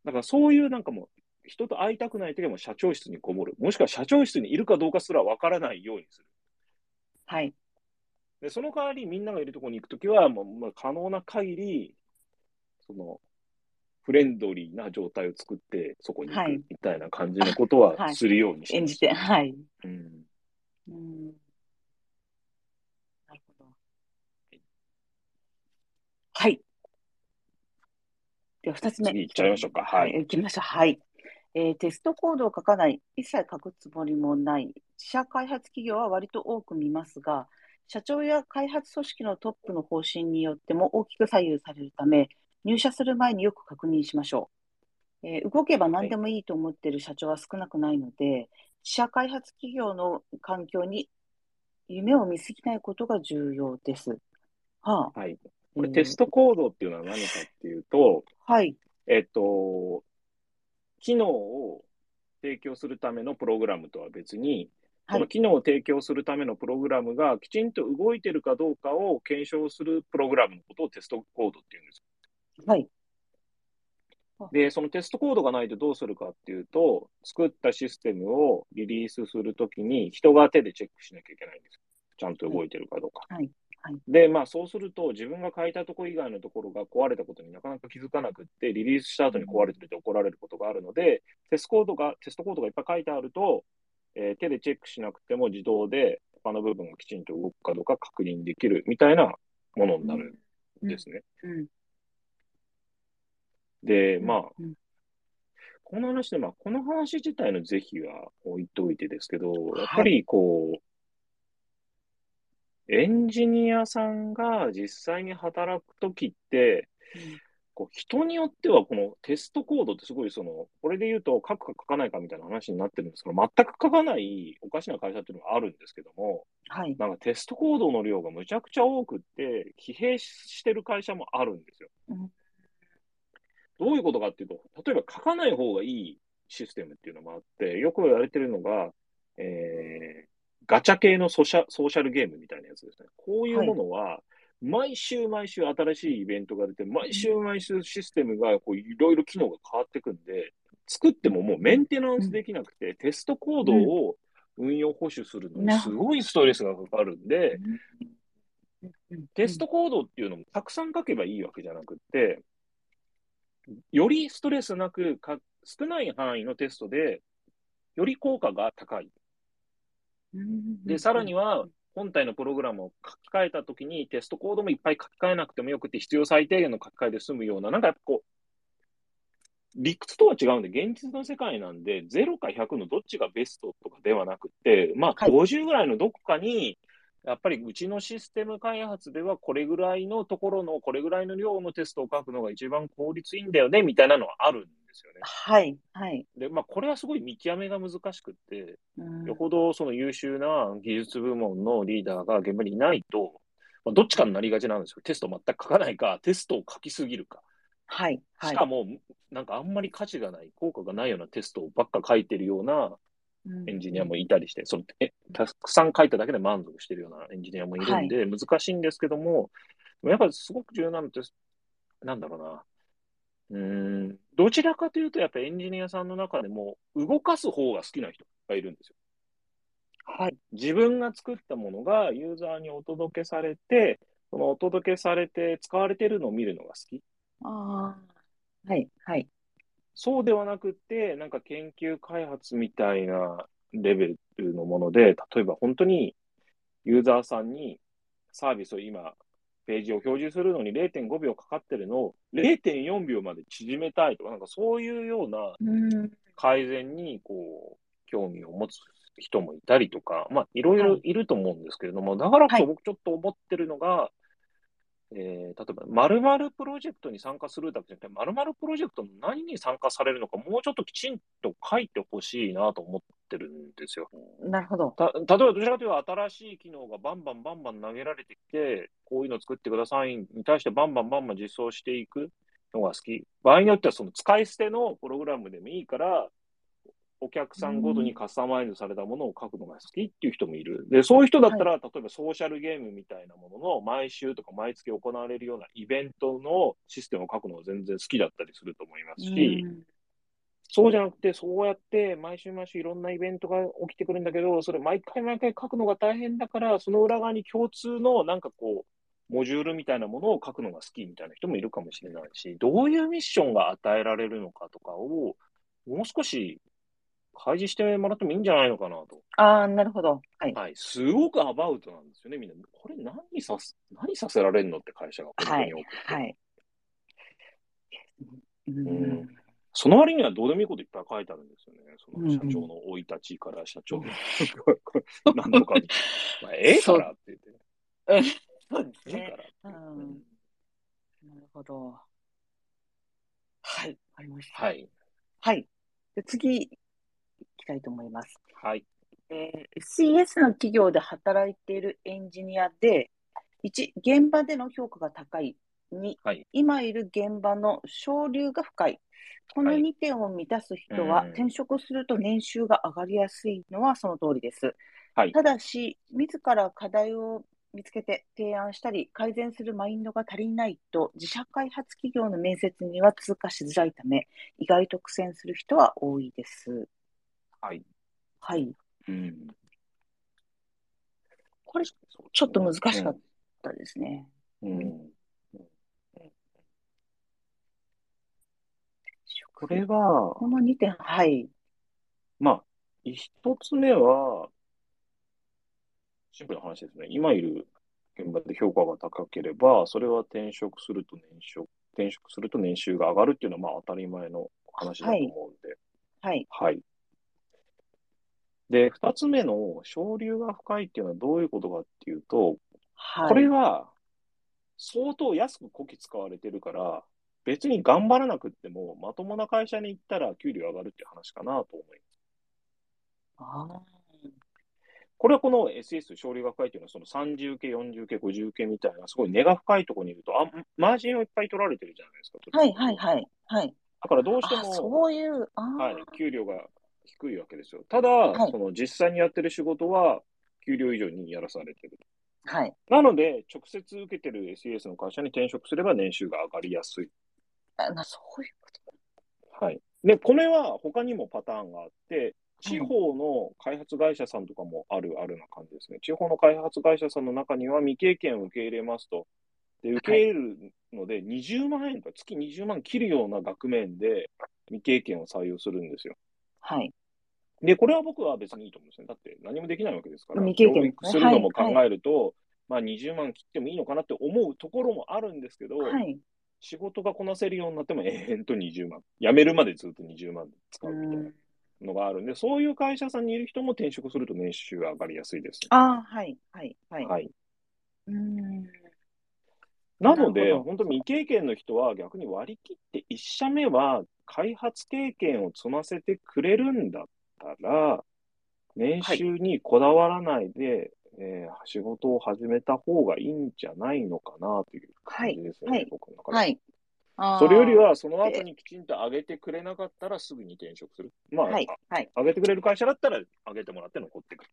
Speaker 1: だからそういうなんかもう、人と会いたくないときはもう社長室にこもる。もしくは社長室にいるかどうかすらわからないようにする。
Speaker 2: はい。
Speaker 1: で、その代わりみんながいるところに行くときは、もう、まあ、可能な限り、その、フレンドリーな状態を作って、そこに行
Speaker 2: は
Speaker 1: く
Speaker 2: い
Speaker 1: みたいな感じのこと
Speaker 2: あは
Speaker 1: はいするようにして
Speaker 2: 演
Speaker 1: ま
Speaker 2: じ
Speaker 1: す、
Speaker 2: て、はい。
Speaker 1: うん。
Speaker 2: うん。なるほど。はい。では、二つ目。
Speaker 1: 次行っちゃいましょうか。は
Speaker 2: はい、
Speaker 1: い。
Speaker 2: 行きましょう。はい。えーテストコードを書かない、一切書くつもりもない、自社開発企業は割と多く見ますが、社長や開発組織のトップの方針によっても大きく左右されるため、入社する前によく確認しましょう。えー動けば何でもいいと思っている社長は少なくないので、自社開発企業の環境に夢を見すぎないことが重要です。はあ、
Speaker 1: はい。
Speaker 2: え
Speaker 1: これ
Speaker 2: ー
Speaker 1: テストコードっていうのは何かっていうと、
Speaker 2: はい、
Speaker 1: えっと、機能を提供するためのプログラムとは別に、
Speaker 2: は
Speaker 1: そ
Speaker 2: い
Speaker 1: の機能を提供するためのプログラムがきちんと動いてるかどうかを検証するプログラムのことをテストコードっていうんです。
Speaker 2: はい、
Speaker 1: で、そのテストコードがないとどうするかっていうと、作ったシステムをリリースするときに人が手でチェックしなきゃいけないんです。ちゃんと動いてるかどうか。
Speaker 2: はいはい
Speaker 1: で、まあそうすると自分が書いたとこ以外のところが壊れたことになかなか気づかなくって、リリースした後に壊れてると怒られることがあるので、テストコードが、テストコードがいっぱい書いてあると、えー手でチェックしなくても自動で他の部分がきちんと動くかどうか確認できるみたいなものになるんですね。
Speaker 2: うん、
Speaker 1: で、まあ、
Speaker 2: うん、
Speaker 1: この話で、まあ、この話自体の是非は置いといてですけど、やっぱりこう、エンジニアさんが実際に働くときって、こう人によってはこのテストコードってすごいその、これで言うと書くか書かないかみたいな話になってるんですけど、全く書かないおかしな会社っていうのがあるんですけども、
Speaker 2: はい、
Speaker 1: なんかテストコードの量がむちゃくちゃ多くって、疲弊してる会社もあるんですよ
Speaker 2: うん。
Speaker 1: どういうことかっていうと、例えば書かない方がいいシステムっていうのもあって、よく言われてるのが、えーガチャ系のソシャソーシャルゲームみたいなやつですね。こういうものは、毎週毎週新しいイベントが出て、毎週毎週システムがこういろいろ機能が変わってくんで、作ってももうメンテナンスできなくて、テストコードを運用保守するのにすごいストレスがかかるんで、テストコードっていうのもたくさん書けばいいわけじゃなくって、よりストレスなくか、少ない範囲のテストで、より効果が高い。で、さらに
Speaker 2: は、
Speaker 1: は、本体のプログラムを書き換えたときに、テストコードもいっぱい書き換えなくてもよくて、必要最低限の書き換えで済むような、なんかやっぱこう、理屈とは違うんで、現実の世界なんで、0か100のどっちがベストとかではなくて、まあ、
Speaker 2: はい
Speaker 1: 50ぐらいのどこかに、やっぱりうちのシステム開発では、これぐらいのところの、これぐらいの量のテストを書くのが一番効率いいんだよね、みたいなのはあるんですよね。
Speaker 2: はい、はい。
Speaker 1: で、まあ、これはすごい見極めが難しくって、
Speaker 2: うん
Speaker 1: よほどその優秀な技術部門のリーダーが現場にいないと、まあ、どっちかになりがちなんですよ。テスト全く書かないか、テストを書きすぎるか。
Speaker 2: はい、はい。
Speaker 1: しかも、なんかあんまり価値がない、効果がないようなテストばっか書いてるようなエンジニアもいたりして、そのえたくさん書いただけで満足してるようなエンジニアもいるんで、難しいんですけども、やっぱりすごく重要なのって、なんだろうな。うーんどちらかというと、やっぱエンジニアさんの中でも、動かす方が好きな人がいるんですよ
Speaker 2: はい、
Speaker 1: 自分が作ったものがユーザーにお届けされて、そのお届けされて使われてるのを見るのが好き。
Speaker 2: ああ、はい、はい。
Speaker 1: そうではなくて、なんか研究開発みたいなレベルのもので、例えば本当にユーザーさんにサービスを今、ページを表示するのに0.5秒かかってるのを0.4秒まで縮めたいとか、なんかそういうような
Speaker 2: うん、
Speaker 1: 改善にこう興味を持つ人もいたりとか、まあ、いろい
Speaker 2: は
Speaker 1: ろ
Speaker 2: い
Speaker 1: いると思うんですけれども、だからこ
Speaker 2: はい
Speaker 1: そ僕ちょっと思ってるのが、えー例えば、〇〇プロジェクトに参加するだけじゃなくて、〇〇プロジェクトの何に参加されるのか、もうちょっときちんと書いてほしいなと思ってるんですよ。
Speaker 2: なるほど。
Speaker 1: た例えば、どちらかというと、新しい機能がバンバンバンバン投げられてきて、こういうの作ってくださいに対して、バンバンバンバン実装していくのが好き。場合によっては、その使い捨てのプログラムでもいいから、お客さんごとにカスタマイズされたものを書くのが好きっていう人もいる。で、そういう人だったら、例えばソーシャルゲームみたいなものの、毎週とか毎月行われるようなイベントのシステムを書くのが全然好きだったりすると思いますし、
Speaker 2: うん
Speaker 1: そうじゃなくて、そうやって毎週毎週いろんなイベントが起きてくるんだけど、それ毎回毎回書くのが大変だから、その裏側に共通のなんかこう、モジュールみたいなものを書くのが好きみたいな人もいるかもしれないし、どういうミッションが与えられるのかとかを、もう少し開示してもらってもいいんじゃないのかなと。
Speaker 2: ああ、なるほど。はい、
Speaker 1: はい。すごくアバウトなんですよね、みんな。これ何さす、何させられるのって会社が。
Speaker 2: はい、はい。うん
Speaker 1: その割にはどうでもいいこといっぱい書いてあるんですよね。そ
Speaker 2: うん
Speaker 1: の社長の生い立ちから社長の 何とかに。まあ、ええからって言って。
Speaker 2: そうです
Speaker 1: ええ
Speaker 2: ね
Speaker 1: か。らって
Speaker 2: う
Speaker 1: 言って。うん
Speaker 2: ん。なるほど。はい、わかりました。。
Speaker 1: はいい。
Speaker 2: はい。で次、いきたいと思います。
Speaker 1: はい。
Speaker 2: えー CS の企業で働いているエンジニアで、1、現場での評価が高い。2、
Speaker 1: はい
Speaker 2: 今いる現場の昇流が深い。この
Speaker 1: はい
Speaker 2: 2点を満たす人は、
Speaker 1: うん
Speaker 2: 転職すると年収が上がりやすいのはその通りです。
Speaker 1: はい
Speaker 2: ただし、自ら課題を見つけて提案したり、改善するマインドが足りないと、自社開発企業の面接には通過しづらいため、意外と苦戦する人は多いです。
Speaker 1: はい。
Speaker 2: はい。
Speaker 1: うん。
Speaker 2: これ、ちょっと難しかっただったですね。
Speaker 1: うん。これは、
Speaker 2: この2点、はい。
Speaker 1: まあ、一つ目は、シンプルな話ですね。今いる現場で評価が高ければ、それは転職すると年収、転職すると年収が上がるっていうのは、まあ当たり前の話だと思うんで。
Speaker 2: はい。
Speaker 1: はい。で、二つ目の、昇流が深いっていうのはどういうことかっていうと、
Speaker 2: はい。
Speaker 1: これは、相当安くこき使われてるから、別に頑張らなくっても、まともな会社に行ったら給料上がるっていう話かなと思います。
Speaker 2: あ
Speaker 1: これはこの SS、勝利が深いというのは、その30系、40系、50系みたいな、すごい根が深いところにいると、あマージンをいっぱい取られてるじゃないですか。
Speaker 2: ーはい、はい、はい。はい。
Speaker 1: だからどうして
Speaker 2: あ、
Speaker 1: も、
Speaker 2: そういう、あー
Speaker 1: はい、給料が低いわけですよ。ただ、
Speaker 2: い
Speaker 1: その実際にやってる仕事は、給料以上にやらされてる。
Speaker 2: はい。
Speaker 1: なので、直接受けてる SES の会社に転職すれば年収が上がりやすい。
Speaker 2: あなそういうこ
Speaker 1: はい。で、これは他にもパターンがあって、地方の開発会社さんとかもあるあるな感じですね。地方の開発会社さんの中には未経験を受け入れますと。で、受け入れるので、20万円か、月20万切るような額面で未経験を採用するんですよ。
Speaker 2: と。はい。
Speaker 1: で、これは僕は別にいいと思うんですね。だって何もできないわけですから、
Speaker 2: 未経
Speaker 1: 教
Speaker 2: 験ですね
Speaker 1: 育するのも考えると、まあ20万切ってもいいのかなって思うところもあるんですけど、
Speaker 2: はい。
Speaker 1: 仕事がこなせるようになっても永遠と20万。辞めるまでずっと20万使うみたいなのがあるんで、そういう会社さんにいる人も転職すると年収上がりやすいです。
Speaker 2: あーはい、はい、はい。
Speaker 1: はい。
Speaker 2: うーん。
Speaker 1: なの
Speaker 2: な
Speaker 1: で、
Speaker 2: るほど
Speaker 1: 本当未経験の人は逆に割り切って1社目は開発経験を積ませてくれるんだったら、年収にこだわらないで、えー仕事を始めた方がいいんじゃないのかなという感じですよね、
Speaker 2: はい
Speaker 1: 僕の中では
Speaker 2: はい。あー
Speaker 1: それより、は、その後にきちんと上げてくれなかったらすぐに転職する。まあ、
Speaker 2: はい、はい。
Speaker 1: 上げてくれる会社だったら上げてもらって残ってくる。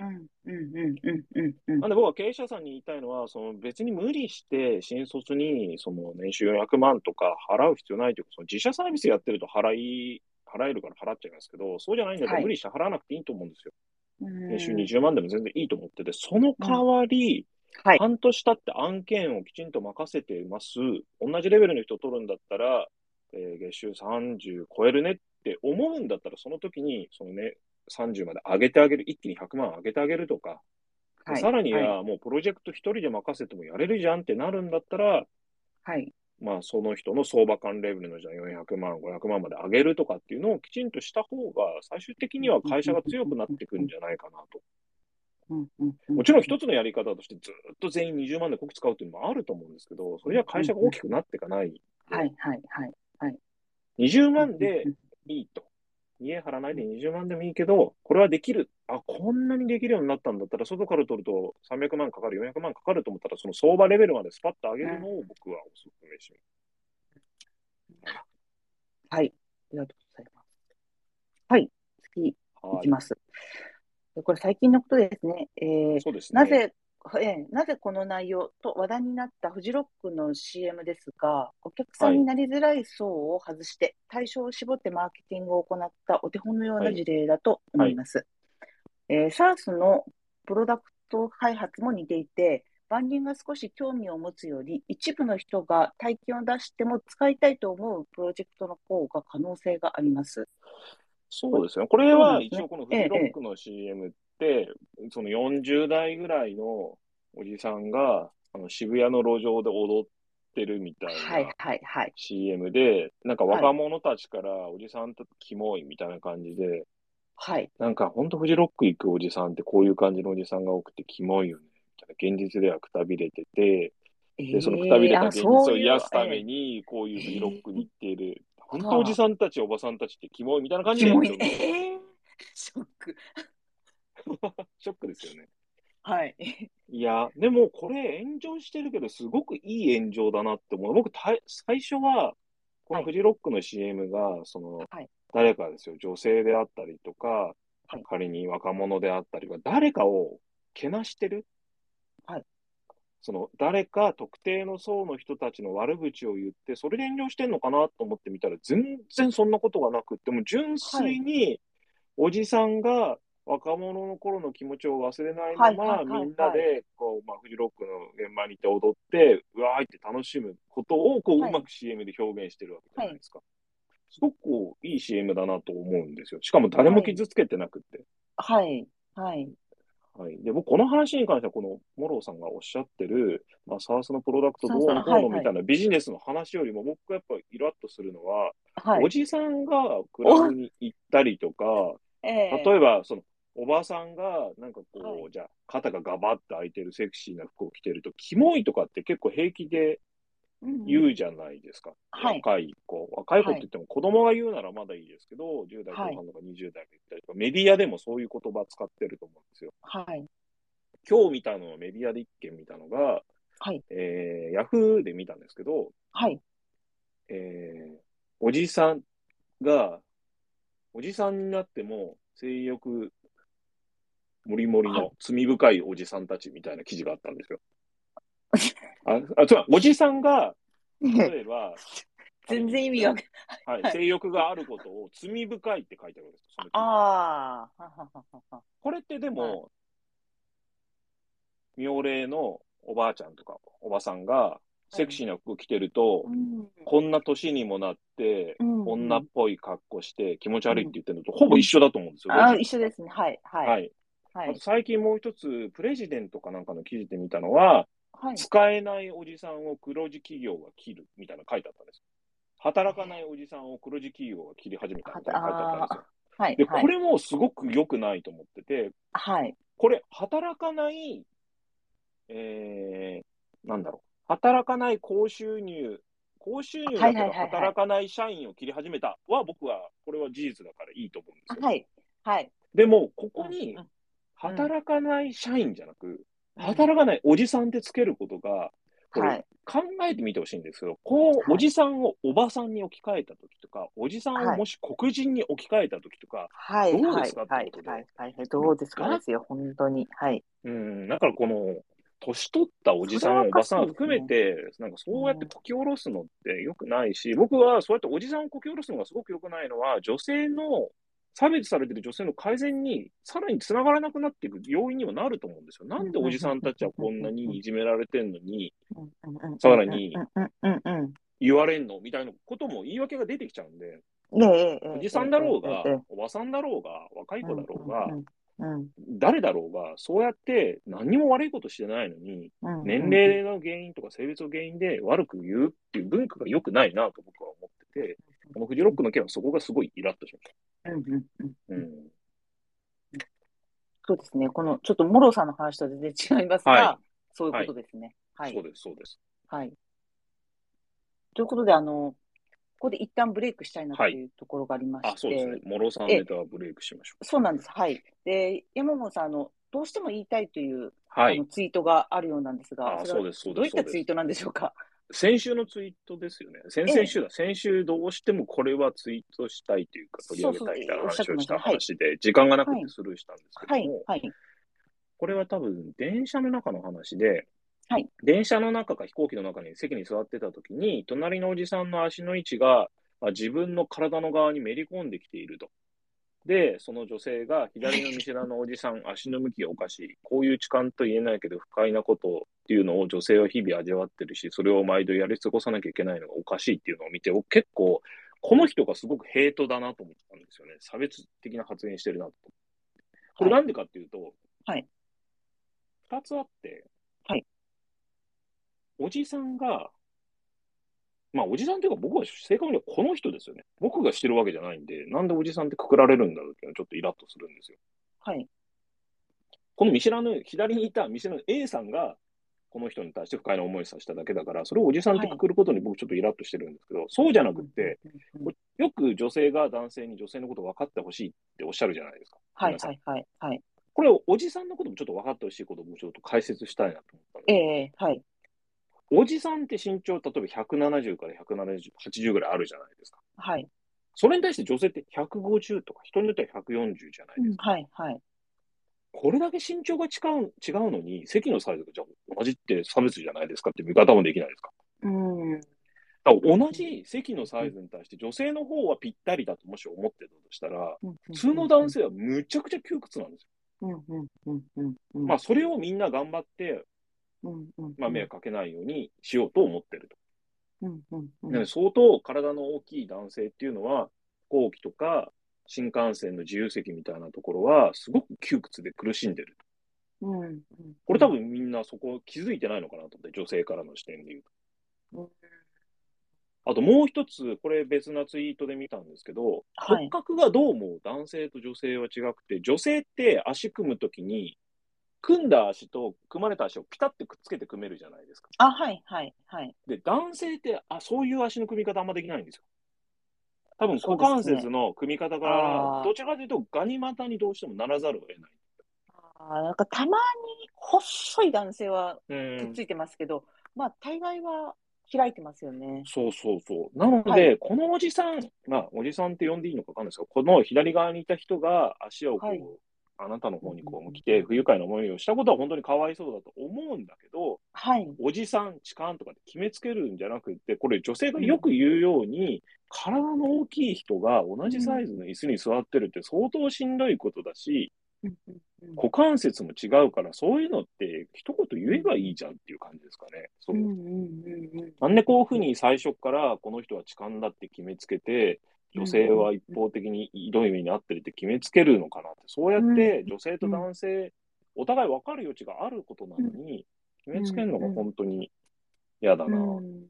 Speaker 2: うん、うん、うん、うん、うん、うん
Speaker 1: なん。で僕は経営者さんに言いたいのは、その別に無理して新卒にその年収400万とか払う必要ないというか、その自社サービスやってると払い、払えるから払っちゃいますけど、そうじゃないんだった
Speaker 2: は
Speaker 1: ら
Speaker 2: い
Speaker 1: 無理して払わなくていいと思うんですよ。
Speaker 2: 年
Speaker 1: 年収20万でも全然いいと思ってて、その代わり、
Speaker 2: はい。
Speaker 1: 半年経って案件をきちんと任せています。同じレベルの人を取るんだったら、えー月収30超えるねって思うんだったら、その時に、そのね、30まで上げてあげる、一気に100万上げてあげるとか、で
Speaker 2: はい。
Speaker 1: さらに
Speaker 2: はい。
Speaker 1: はもうプロジェクト一人で任せてもやれるじゃんってなるんだったら、
Speaker 2: はい。
Speaker 1: まあその人の相場間レベルのじゃあ400万、500万まで上げるとかっていうのをきちんとした方が、最終的には会社が強くなってくるんじゃないかなと。
Speaker 2: うんうんう
Speaker 1: もちろん一つのやり方としてずっと全員20万でこき使うっていうのもあると思うんですけど、それは会社が大きくなっていかない。
Speaker 2: はい。はい。はい。
Speaker 1: 20万でいいと。家払わないで20万でもいいけど、これはできる。あ、こんなにできるようになったんだったら、外から取ると300万かかる、400万かかると思ったら、その相場レベルまでスパッと上げるのを僕はお勧めしま
Speaker 2: はい。ありがとうございます。はい。次い
Speaker 1: す。は
Speaker 2: きます。これ最近のことですね。えー
Speaker 1: い。そうですね。
Speaker 2: なぜ、えーなぜこの内容と話題になったフジロックの CM ですが、お客さんになりづらい層を外して、対象を絞ってマーケティングを行ったお手本のような事例だと思います。えー SARS のプロダクト開発も似ていて、万人が少し興味を持つより、一部の人が体験を出しても使いたいと思うプロジェクトの方が可能性があります。
Speaker 1: そうですね。これは
Speaker 2: そうです
Speaker 1: 一
Speaker 2: ね
Speaker 1: 応このフジロックの CM って、その40代ぐらいのおじさんがあの渋谷の路上で踊っってるみたい
Speaker 2: はい
Speaker 1: な
Speaker 2: はいはい。
Speaker 1: CM で、なんか
Speaker 2: はい
Speaker 1: 若者たちからおじさんとキモいみたいな感じで、
Speaker 2: はい。
Speaker 1: なんかほんとフジロック行くおじさんってこういう感じのおじさんが多くてキモいよね。みたいな現実ではくたびれてて、で、そのくたびれた現実を癒すため
Speaker 2: に。
Speaker 1: に、こういうフジロックに行っている。
Speaker 2: え
Speaker 1: 本当おじさんたち、おばさんたちってキモいみたいな感じ
Speaker 2: キ
Speaker 1: でやっ
Speaker 2: モ
Speaker 1: てる
Speaker 2: い。ええーショック。
Speaker 1: ショックですよね。
Speaker 2: はい。
Speaker 1: いや、でもこれ炎上してるけど、すごくいい炎上だなって思う。僕、たい最初は、こ
Speaker 2: は
Speaker 1: の
Speaker 2: い
Speaker 1: フジロックの CM が、その、
Speaker 2: はい
Speaker 1: 誰かですよ、女性であったりとか
Speaker 2: はい、
Speaker 1: 仮に若者であったりとか、誰かをけなしてる。
Speaker 2: はい
Speaker 1: その、誰か特定の層の人たちの悪口を言って、それで炎上してんのかなと思ってみたら、全然そんなことがなくって、もう純粋に、おじさんが若者の頃の気持ちを忘れないま
Speaker 2: はい
Speaker 1: ま、
Speaker 2: はいはいはい
Speaker 1: みんなで、こう、まあ、フジロックの現場に行って踊って、うわーいって楽しむことを、こう、う
Speaker 2: はい
Speaker 1: まく CM で表現してるわけじゃないですか。すごくこういい CM だなと思うんですよ。しかも誰も傷つけてなくって。
Speaker 2: はい。はい。
Speaker 1: はい。で、僕、この話に関しては、この、モローさんがおっしゃってる、まあ、サースのプロダクトどうのこ
Speaker 2: は
Speaker 1: う
Speaker 2: い
Speaker 1: の
Speaker 2: はい
Speaker 1: みたいなビジネスの話よりも、僕がやっぱイラッとするのは、
Speaker 2: は
Speaker 1: お
Speaker 2: い。
Speaker 1: じさんがクラブに行ったりとか、
Speaker 2: え
Speaker 1: 例えば、その、おばさんが、なんかこう、
Speaker 2: はい
Speaker 1: じゃあ、肩がガバッと開いてるセクシーな服を着てると、キモいとかって結構平気で言うじゃないですか。
Speaker 2: はい
Speaker 1: 若い子。若い子っ
Speaker 2: はい
Speaker 1: て言っても、子供が言うならまだいいですけど、10代
Speaker 2: はい
Speaker 1: 後半とか20代が言ったりとか、メディアでもそういう言葉使ってると思うんですよ。
Speaker 2: はい。
Speaker 1: 今日見たのはメディアで一件見たのが、
Speaker 2: はい。
Speaker 1: えー、ヤフーで見たんですけど、
Speaker 2: はい。
Speaker 1: えー、おじさんが、おじさんになっても性欲もりもり
Speaker 2: は
Speaker 1: の罪深いおじさんたちみたいな記事があったんです よ。あ、あつまり、おじさんが、例えば、
Speaker 2: 全然意味がわかんない。
Speaker 1: はい
Speaker 2: はい
Speaker 1: 性欲があることを罪深いって書いてあるんですよその記事
Speaker 2: ああ。ははははは
Speaker 1: これってで
Speaker 2: は
Speaker 1: も、妙齢のおばあちゃんとかおばさんが、セクシーな服着てると、
Speaker 2: うん
Speaker 1: こんな年にもなって、
Speaker 2: うん
Speaker 1: 女っぽい格好して気持ち悪いって言ってるのとほぼ一緒だと思うんですよ。
Speaker 2: あー一緒ですね。はい。はい。。
Speaker 1: はいい。
Speaker 2: は
Speaker 1: あ
Speaker 2: い
Speaker 1: と。最近もう一つ、プレジデントかなんかの記事で見たのは、
Speaker 2: はい。
Speaker 1: 使えないおじさんを黒字企業が切るみたいなの書いてあったんですよ。働かないおじさんを黒字企業が切り始めたみたいなの書いてあったんですよ。
Speaker 2: はい
Speaker 1: で、。
Speaker 2: はい
Speaker 1: これもすごく良くないと思ってて、
Speaker 2: はい。
Speaker 1: これ、働かない、えー、なんだろう、働かない高収入、高収入だけ
Speaker 2: はいは
Speaker 1: ど
Speaker 2: いはいはい
Speaker 1: 働かない社員を切り始めたは、僕は、これは事実だからいいと思うんですよ。
Speaker 2: はい。はい。
Speaker 1: でも、こ
Speaker 2: こ
Speaker 1: こに、
Speaker 2: う
Speaker 1: 働かない社員じゃなく、
Speaker 2: ん
Speaker 1: 働かないおじさんってつけることが、これ
Speaker 2: はい。
Speaker 1: 考えてみてほしいんですけど、こう、
Speaker 2: はい
Speaker 1: おじさんをおばさんに置き換えたときとか、おじさんをもし黒人に置き換えたときとか、
Speaker 2: はい。
Speaker 1: どうですか
Speaker 2: はい。
Speaker 1: ってことで
Speaker 2: はい。はい。はいどうですか
Speaker 1: が
Speaker 2: ですよ。本当に。はい。
Speaker 1: うん、だからこの、年取ったおじさん、おばさん含めて、なんかそうやってこき下ろすのって良くないし、僕はそうやっておじさんをこき下ろすのがすごく良くないのは、女性の、差別されてる女性の改善に、さらにつながらなくなっていく要因にもなると思うんですよ。なんでおじさんたちはこんなにいじめられてんのに、
Speaker 2: うんうんうんうん
Speaker 1: さらに
Speaker 2: うんうんうんうん。
Speaker 1: 言われんのみたいなことも言い訳が出てきちゃうんで、
Speaker 2: ねえええ
Speaker 1: おじさんだろうが
Speaker 2: ええええ、
Speaker 1: おばさんだろうが、若い子だろうが、
Speaker 2: うんうん
Speaker 1: 誰だろうが、そうやって何にも悪いことしてないのに、
Speaker 2: うんうん
Speaker 1: 年齢の原因とか性別の原因で悪く言うっていう文化が良くないなと僕は思ってて、このフジロックの件はそこがすごいイラッとしまし
Speaker 2: うんうんうん
Speaker 1: た。うん。
Speaker 2: そうですね。このちょっとモロさんの話とは全然違いますが、
Speaker 1: は
Speaker 2: そういうことですね。はい。
Speaker 1: そうです、そうです。
Speaker 2: はい。ということで、あの、ここで一旦ブレイクしたいなというところがありまして、
Speaker 1: あ、そうですね。諸さんネタはブレイクしましょ
Speaker 2: そうなんです。はい。で、山本さん、あの、どうしても言いたいという、
Speaker 1: う。は
Speaker 2: あの
Speaker 1: い。
Speaker 2: ツイートがあるようなんですが、
Speaker 1: あ、
Speaker 2: それ
Speaker 1: そ
Speaker 2: は
Speaker 1: うです、そう
Speaker 2: どう
Speaker 1: で
Speaker 2: いっ
Speaker 1: す。そ
Speaker 2: た
Speaker 1: う
Speaker 2: ツイ
Speaker 1: で
Speaker 2: ー
Speaker 1: す
Speaker 2: トなんでしょうか。
Speaker 1: 先週のツイートですよね。先々週だ。先週どうしてもこれはツイートしたいというか取り上げたいみたいな話をした話で、時間がなくてスルーしたんですけども、
Speaker 2: はい、はい、
Speaker 1: これは多分電車の中の話で、
Speaker 2: はい
Speaker 1: 電車の中か飛行機の中に席に座ってた時に、隣のおじさんの足の位置があ自分の体の側にめり込んできていると。で、その女性が左の見知らぬおじさん、足の向きがおかしい。こういう痴漢と言えないけど不快なことっていうのを女性は日々味わってるし、それを毎度やり過ごさなきゃいけないのがおかしいっていうのを見て、お結構、この人がすごくヘイトだなと思ったんですよね。差別的な発言してるなと。これなんでかっていうと、
Speaker 2: はい
Speaker 1: 二つあって、
Speaker 2: はい
Speaker 1: おじさんがまあ、おじさんというか、僕は正確にはこの人ですよね。僕がしてるわけじゃないんで、なんでおじさんってくくられるんだろうっていうのはちょっとイラッとするんですよ。
Speaker 2: はい。
Speaker 1: この見知らぬ、左にいた見知らぬ A さんが、この人に対して不快な思いをさせただけだから、それをおじさんってくくることに僕ちょっとイラッとしてるんですけど、そうじゃなくって、
Speaker 2: うんうんうん
Speaker 1: こよく女性が男性に女性のこと分かってほしいっておっしゃるじゃないですか。
Speaker 2: はい
Speaker 1: 皆さ
Speaker 2: は
Speaker 1: ん
Speaker 2: いはいはい。
Speaker 1: これ、おじさんのこともちょっと分かってほしいこともちょっと解説したいなと思ったんですけど
Speaker 2: ええはい。
Speaker 1: おじさんって身長、例えば170から170 80ぐらいあるじゃないですか。
Speaker 2: はい。
Speaker 1: それに対して女性って150とか、人によっては140じゃな
Speaker 2: う
Speaker 1: いで
Speaker 2: ん
Speaker 1: すか。
Speaker 2: はいはい。
Speaker 1: これだけ身長が違う違うのに、席のサイズがじゃあ同じって差別じゃないですかって見方もできないですか。
Speaker 2: う
Speaker 1: だ
Speaker 2: ん。
Speaker 1: から同じ席のサイズに対して女性の方はぴったりだともし思ってたとしたら、
Speaker 2: 普
Speaker 1: 普通の男。性はむちゃくちゃ窮屈なんです
Speaker 2: うんうんうんうんうん。
Speaker 1: よ。まあ、それをみんな頑張って、
Speaker 2: うんうん。
Speaker 1: まあ、迷惑かけないようにしようと思ってると。
Speaker 2: うんうんうん。
Speaker 1: ね相当体の大きい男性っていうのは、飛行機とか新幹線の自由席みたいなところは、すごく窮屈で苦しんでる。
Speaker 2: うんうん。
Speaker 1: これ多分みんなそこ気づいてないのかなと思って、女性からの視点で言う
Speaker 2: うん
Speaker 1: と。あともう一つ、これ別なツイートで見たんですけど、
Speaker 2: は
Speaker 1: 骨
Speaker 2: い
Speaker 1: 格がどうも男性と女性は違くて、女性って足組むときに、組んだ足と組まれた足をピタッてくっつけて組めるじゃないですか。
Speaker 2: あ、はいはいはい。
Speaker 1: で、男性ってあそういう足の組み方あんまできないんですよ。多分
Speaker 2: そう
Speaker 1: 股
Speaker 2: ですね
Speaker 1: 関節の組み方か
Speaker 2: あ
Speaker 1: ら、
Speaker 2: ー
Speaker 1: どちらかというとガニ股にどうしてもならざるを得ない。
Speaker 2: あーなんかたまに細い男性はくっついてますけど、まあ大概は開いてますよね。
Speaker 1: そうそうそう。なので、
Speaker 2: はい
Speaker 1: このおじさん、まあ、おじさんって呼んでいいのかわかんないですけど、この左側にいた人が足をこう、
Speaker 2: はい
Speaker 1: あなたの方にこ
Speaker 2: うんうんう
Speaker 1: うん来て、不愉快な思いをしたことは本当にかわいそうだと思うんだけど、
Speaker 2: はい。
Speaker 1: おじさん、痴漢とかって決めつけるんじゃなくて、これ女性がよく言うように、体の大きい人が同じサイズの椅子に座ってるって相当しんどいことだし、
Speaker 2: うんうんうん
Speaker 1: 股関節も違うから、そういうのって一言言えばいいじゃんっていう感じですかね。そう
Speaker 2: うんうん
Speaker 1: なんでこういうふうに最初からこの人は痴漢だって決めつけて、女性は一方的にひどい目に遭ってるって決めつけるのかなって、そうやって女性と男性、お互い分かる余地があることなのに、決めつけるのが本当に嫌だ
Speaker 2: うんう
Speaker 1: な。
Speaker 2: んうん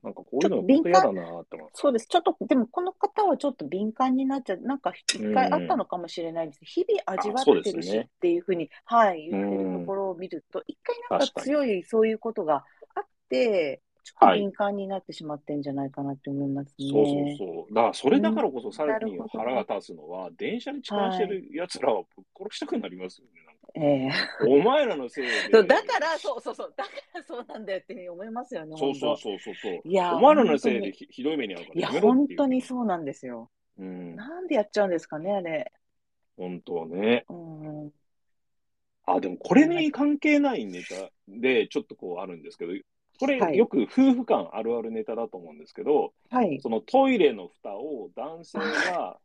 Speaker 1: なんかこういうのが本当嫌だなって思います。
Speaker 2: そうです。ちょっと、でもこの方はちょっと敏感になっちゃう。なんか一回あったのかもしれないです。日々味わって
Speaker 1: あそうで
Speaker 2: る
Speaker 1: す
Speaker 2: し
Speaker 1: ね
Speaker 2: っていうふうに、はい、言ってるところを見ると、一回なん
Speaker 1: 確か
Speaker 2: か
Speaker 1: に
Speaker 2: 強いそういうことがあって、ちょっと敏感になってしまってんじゃないかなって思いますね。
Speaker 1: そうそうそう。だからそれだからこそさらに
Speaker 2: なるほど
Speaker 1: 腹が立つのは、電車に痴漢してる奴らはぶっ殺したくなりますよね。なんか
Speaker 2: ええ
Speaker 1: お前らのせい
Speaker 2: そ
Speaker 1: で。
Speaker 2: うだから、そうそうそう、だからそうなんだよって思いますよね。
Speaker 1: そうそう
Speaker 2: 本
Speaker 1: そうそうそう。
Speaker 2: 当いや、
Speaker 1: お前らのせい
Speaker 2: 本
Speaker 1: でひひどい目に遭うから
Speaker 2: 当にいや、
Speaker 1: やめろっ
Speaker 2: 本
Speaker 1: ていう
Speaker 2: 当にそうなんですよ。
Speaker 1: うん、
Speaker 2: なんでやっちゃうんですかね、あれ。
Speaker 1: 本当はね。
Speaker 2: うん。
Speaker 1: あ、でもこれに関係ないネタで、ちょっとこうあるんですけど、これ
Speaker 2: はい
Speaker 1: よく夫婦間あるあるネタだと思うんですけど、
Speaker 2: はい。
Speaker 1: そのトイレの蓋を男性 が、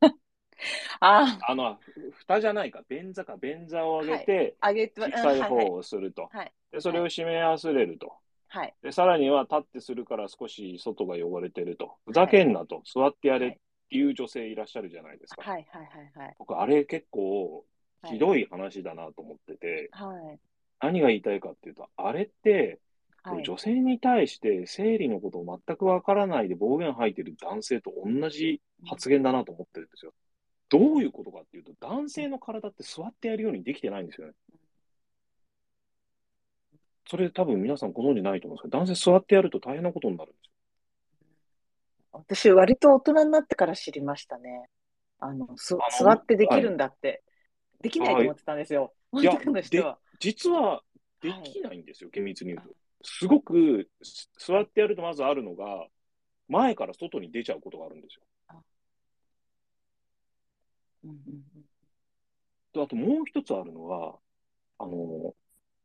Speaker 2: あ
Speaker 1: あの、蓋じゃないか、便座か、便座を上げて、
Speaker 2: あ、あげて、うん
Speaker 1: 引き
Speaker 2: は
Speaker 1: 解
Speaker 2: いは
Speaker 1: 放
Speaker 2: い。
Speaker 1: をすると。
Speaker 2: はい。
Speaker 1: で、それを締め忘れると。
Speaker 2: はい。
Speaker 1: で、さらには立ってするから少し外が汚れてると。ふざけんなと、座ってやれっていう女性いらっしゃるじゃないですか。
Speaker 2: はい。はい。はい。はい。
Speaker 1: 僕、あれ結構
Speaker 2: はい
Speaker 1: ひどい話だなと思ってて、
Speaker 2: はい。
Speaker 1: 何が言いたいかっていうと、あれって、
Speaker 2: はい。
Speaker 1: 女性に対して生理のことを全くわからないで暴言吐いてる男性と同じ発言だなと思ってるんですよ。どういうことかっていうと、男性の体って座ってやるようにできてないんですよね。それ多分皆さんご存知ないと思うんですけど、男性座ってやると大変なことになるんですよ。
Speaker 2: 私、割と大人になってから知りましたね。あの、す
Speaker 1: あ
Speaker 2: 座
Speaker 1: の
Speaker 2: ってできるんだって。できないと思ってたんですよ。
Speaker 1: いや
Speaker 2: 男の人は。
Speaker 1: 実はできないんですよ、厳密に言うと。すごくす座ってやるとまずあるのが、前から外に出ちゃうことがあるんです
Speaker 2: うんうんうん
Speaker 1: よ。であともう一つあるのは、あの、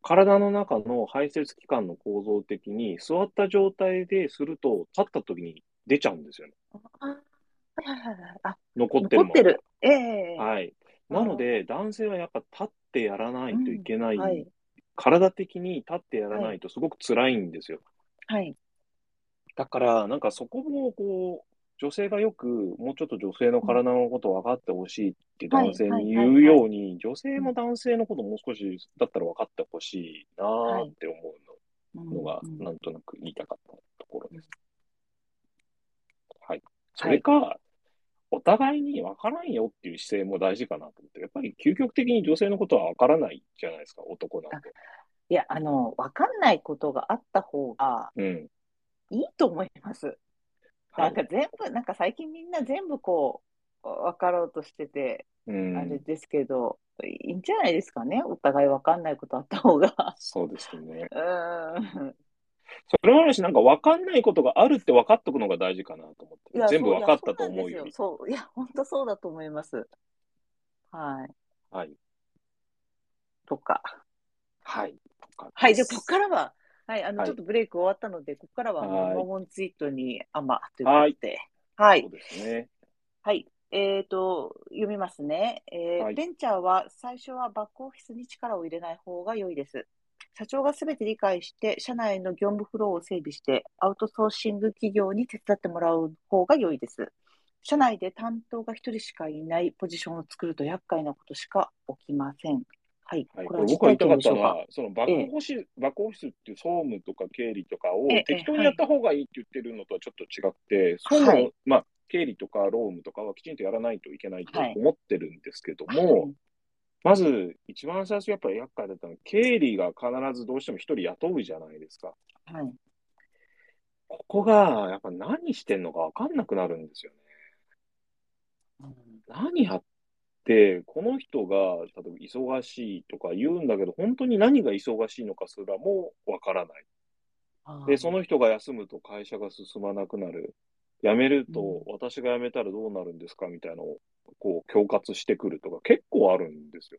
Speaker 1: 体の中の排泄器官の構造的に座った状態ですると、立った時に出ちゃうんですよね。
Speaker 2: あ、はいはいはいはい。あ、
Speaker 1: 残って
Speaker 2: 残
Speaker 1: る
Speaker 2: ってる。ええ
Speaker 1: ままはい。
Speaker 2: あー
Speaker 1: なので、男性はやっぱ立ってやらないといけない、
Speaker 2: はい。
Speaker 1: 体的に立ってやらないとすごく辛いんですよ。
Speaker 2: はい。
Speaker 1: だから、なんかそこも、こう、女性がよく、もうちょっと女性の体のことを分かってほしいって
Speaker 2: はい
Speaker 1: 男性に
Speaker 2: はい
Speaker 1: 言
Speaker 2: は
Speaker 1: う
Speaker 2: いはい
Speaker 1: ように、女性も男性のこともう少しだったら分かってほしいなーって思うのが、
Speaker 2: の
Speaker 1: なんとなく言いたかったところです。それか、お互いに分からんよっていう姿勢も大事かなと思って、やっぱり究極的に女性のことは分からないじゃないですか、男なんて。
Speaker 2: いや、あの、わかんないことがあった方が
Speaker 1: うん。
Speaker 2: いいと思います。
Speaker 1: は
Speaker 2: なん
Speaker 1: い
Speaker 2: か。全部、なんか最近みんな全部こう、わかろうとしてて、
Speaker 1: う
Speaker 2: あれ
Speaker 1: ん。
Speaker 2: ですけど、いいんじゃないですかね。お互いわかんないことあった方が。
Speaker 1: そうですね。
Speaker 2: うーん。
Speaker 1: それもあるし、なんか分かんないことがあるって分かっとくのが大事かなと思って
Speaker 2: い、や、
Speaker 1: 全部
Speaker 2: そう
Speaker 1: 分かったと思う
Speaker 2: いや
Speaker 1: より。
Speaker 2: そうなんですよ。そう、いや、本当そうだと思います。はい。
Speaker 1: はい。
Speaker 2: とか。
Speaker 1: はい。
Speaker 2: はい、じゃあ、ここからは、はい、あの、
Speaker 1: はい
Speaker 2: ちょっとブレイク終わったので、ここからは、
Speaker 1: はい
Speaker 2: モモンツイートに、あま、ということで。は
Speaker 1: そ。
Speaker 2: いう
Speaker 1: ですね。
Speaker 2: はい。えっと、読みますね。えー
Speaker 1: はい
Speaker 2: ベンチャーは最初はバックオフィスに力を入れない方が良いです。社長がすべて理解して、社内の業務フローを整備して、アウトソーシング企業に手伝ってもらう方が良いです。社内で担当が一人しかいないポジションを作ると厄介なことしか起きません。はい。
Speaker 1: はい、こ
Speaker 2: これ
Speaker 1: れ
Speaker 2: は実
Speaker 1: 僕が言
Speaker 2: 体
Speaker 1: いたかっ
Speaker 2: 験でしたょう
Speaker 1: の
Speaker 2: か。
Speaker 1: は、そのバックオフィス、バックオフィスっていう総務とか経理とかを
Speaker 2: ええ
Speaker 1: 適当にやった方がいいって言ってるのとはちょっと違って、総
Speaker 2: はい
Speaker 1: 務、まあ、経理とか労務とかはきちんとやらないといけないと思ってるんですけども、
Speaker 2: はい
Speaker 1: まず一番最初やっぱり厄介だったのは、経理が必ずどうしても一人雇うじゃないですか。
Speaker 2: はい。
Speaker 1: ここが、やっぱ何してんのかわかんなくなるんですよね。
Speaker 2: うん
Speaker 1: 何やって、この人が、例えば忙しいとか言うんだけど、本当に何が忙しいのかすらもわからない。
Speaker 2: あー
Speaker 1: で、その人が休むと会社が進まなくなる。辞めると、
Speaker 2: う
Speaker 1: 私が辞めたらどうなるんですかみたいなのを、こう、恐喝してくるとか、結構あるんですよ。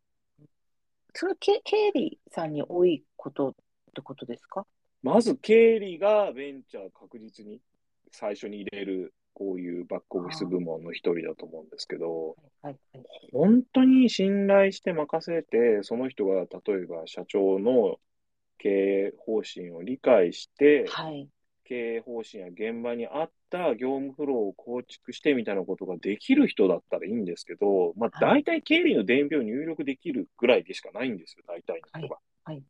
Speaker 2: それはけ経理さんに多いことってことですか
Speaker 1: まず、経理がベンチャー確実に最初に入れる、こういうバックオフィス部門の一人だと思うんですけど、
Speaker 2: はいはい。
Speaker 1: 本当に信頼して任せて、その人が、例えば社長の経営方針を理解して、
Speaker 2: はい。
Speaker 1: 経営方針や現場に合った業務フローを構築してみたいなことができる人だったらいいんですけど、まあ、
Speaker 2: は
Speaker 1: 大体経理の伝票を入力できるぐらいでしかないんですよ、大体の人が。
Speaker 2: はいはい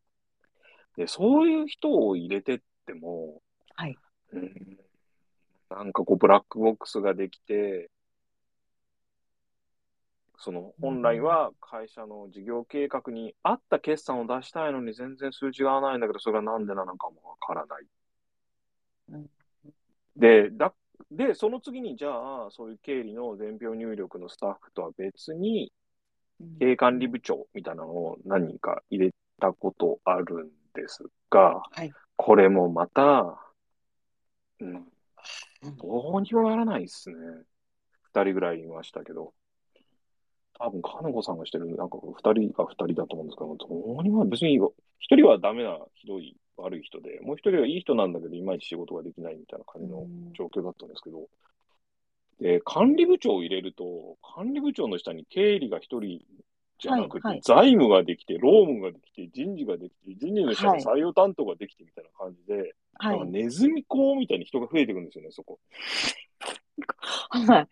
Speaker 1: でそういう人を入れてっても、
Speaker 2: はい
Speaker 1: うんなんかこう、ブラックボックスができて、その本来は会社の事業計画に合った決算を出したいのに全然数字が合わないんだけど、それがなんでなのかもわからない。で、だ、で、その次に、じゃあ、そういう経理の伝票入力のスタッフとは別に、経営管理部長みたいなのを何人か入れたことあるんですが、
Speaker 2: はい
Speaker 1: これもまた、うん、
Speaker 2: うん
Speaker 1: どうにもならないですね。二人ぐらいいましたけど。多分、かなこさんがしてる、なんか、二人が二人だと思うんですけど、どうにも、別に、一人はダメな、ひどい、悪い人で、もう一人はいい人なんだけど、いまいち仕事ができないみたいな感じの状況だったんですけど、で、管理部長を入れると、管理部長の下に経理が一人じゃなくて、
Speaker 2: はいはい
Speaker 1: 財務ができて、労務ができて、人事ができて、人事の下に採用担当ができてみたいな感じで、
Speaker 2: は
Speaker 1: なん
Speaker 2: い
Speaker 1: かネズミ講みたいに人が増えていくんですよね、そこ。
Speaker 2: はい。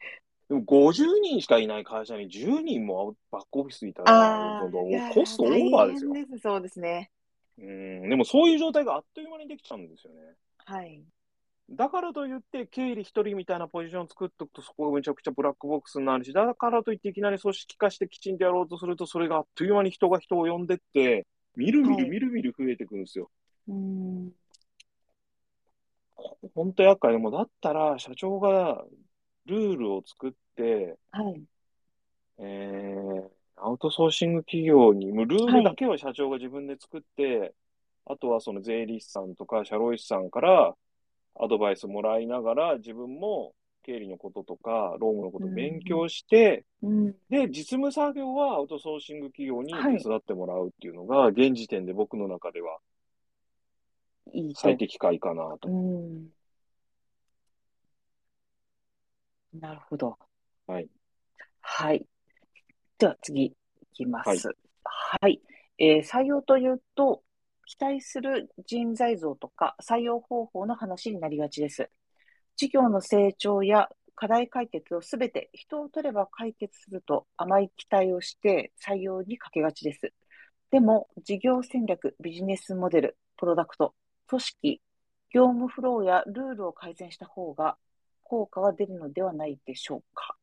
Speaker 1: でも50人しかいない会社に10人もバックオフィスいたら、どんどん
Speaker 2: いや
Speaker 1: コストオーバーですよ
Speaker 2: 大。変そうですね。
Speaker 1: うん、でもそういう状態があっという間にできちゃうんですよね。
Speaker 2: はい。
Speaker 1: だからといって、経理一人みたいなポジションを作っておくと、そこがめちゃくちゃブラックボックスになるし、だからといっていきなり組織化してきちんとやろうとすると、それがあっという間に人が人を呼んでって、みるみ
Speaker 2: は
Speaker 1: る
Speaker 2: い
Speaker 1: みるみる増えていくんですよ。
Speaker 2: うん。
Speaker 1: 本当厄介でも、だったら社長がルールを作って、
Speaker 2: はい。
Speaker 1: えー、アウトソーシング企業に、もうルールだけは社長が自分で作って、あとはその税理士さんとか社労士さんからアドバイスもらいながら、自分も経理のこととか、労務のことを勉強して、
Speaker 2: うん。
Speaker 1: で、実務作業はアウトソーシング企業に
Speaker 2: はい
Speaker 1: 手伝ってもらうっていうのが、現時点で僕の中ではい
Speaker 2: いと
Speaker 1: 最。適解かなと
Speaker 2: う。ん。なるほど。
Speaker 1: はい。
Speaker 2: はい。では次いきます。はい。えー採用というと、期待する人材像とか採用方法の話になりがちです。事業の成長や課題解決をすべて人を取れば解決すると甘い期待をして採用にかけがちです。でも、事業戦略、ビジネスモデル、プロダクト、組織、業務フローやルールを改善した方が効果が出るのではないでしょうか。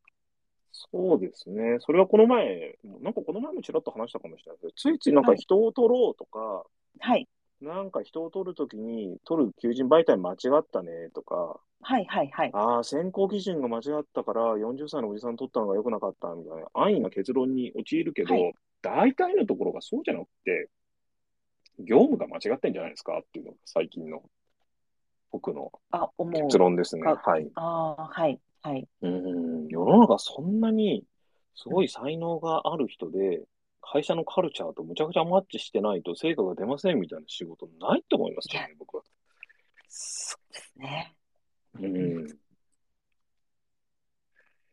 Speaker 1: そうですね。それはこの前、なんかこの前もちらっと話したかもしれないけど、ついついなんか人を取ろうとか、
Speaker 2: はい、
Speaker 1: なんか人を取るときに、取る求人媒体間違ったねとか、
Speaker 2: はい、はい、はい。
Speaker 1: ああ、選考基準が間違ったから40歳のおじさん取ったのが良くなかったみたいな安易な結論に陥るけど、
Speaker 2: はい
Speaker 1: 大体のところがそうじゃなくて、業務が間違ってんじゃないですかっていうのが最近の僕の
Speaker 2: あ、思う
Speaker 1: 結。論ですね。
Speaker 2: か
Speaker 1: はい。
Speaker 2: ああ、はい、はい、
Speaker 1: うん、世の中そんなにすごい才能がある人で、会社のカルチャーとむちゃくちゃマッチしてないと成果が出ませんみたいな仕事ないと思いますよね、僕は。
Speaker 2: そうですね。
Speaker 1: うん。い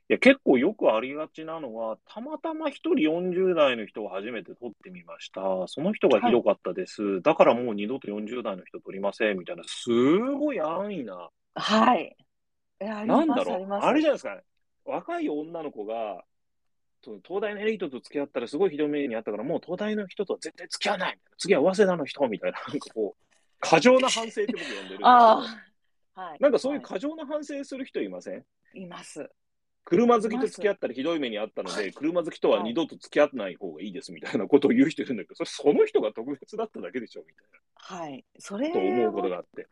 Speaker 1: や、結構よくありがちなのは、たまたま一人40代の人を初めて取ってみました。その人がひどかったです。だからもう二度と40代の人取りませんみたいな、すごい安易な。
Speaker 2: はい。えあり
Speaker 1: なん
Speaker 2: ま
Speaker 1: だ
Speaker 2: す、
Speaker 1: ろ
Speaker 2: あり
Speaker 1: う、
Speaker 2: ます。
Speaker 1: あれじゃないですかね。若い女の子が、その東大のエリートと付き合ったらすごいひどい目にあったから、もう東大の人とは絶対付き合わない。次は早稲田の人みたいな、なんかこう、過剰な反省って僕呼んでるんですけど、
Speaker 2: ああ、はい。
Speaker 1: なんかそういう
Speaker 2: は
Speaker 1: 過剰な反省する人いません
Speaker 2: い、います。
Speaker 1: 車好きと付き合ったらひどい目にあったので、車好きとは二度と付き合わない方がいいですみたいなことを言う人いるんだけど、それその人が特別だっただけでしょみたい
Speaker 2: はい。それ
Speaker 1: な、と思うこと
Speaker 2: を
Speaker 1: があって。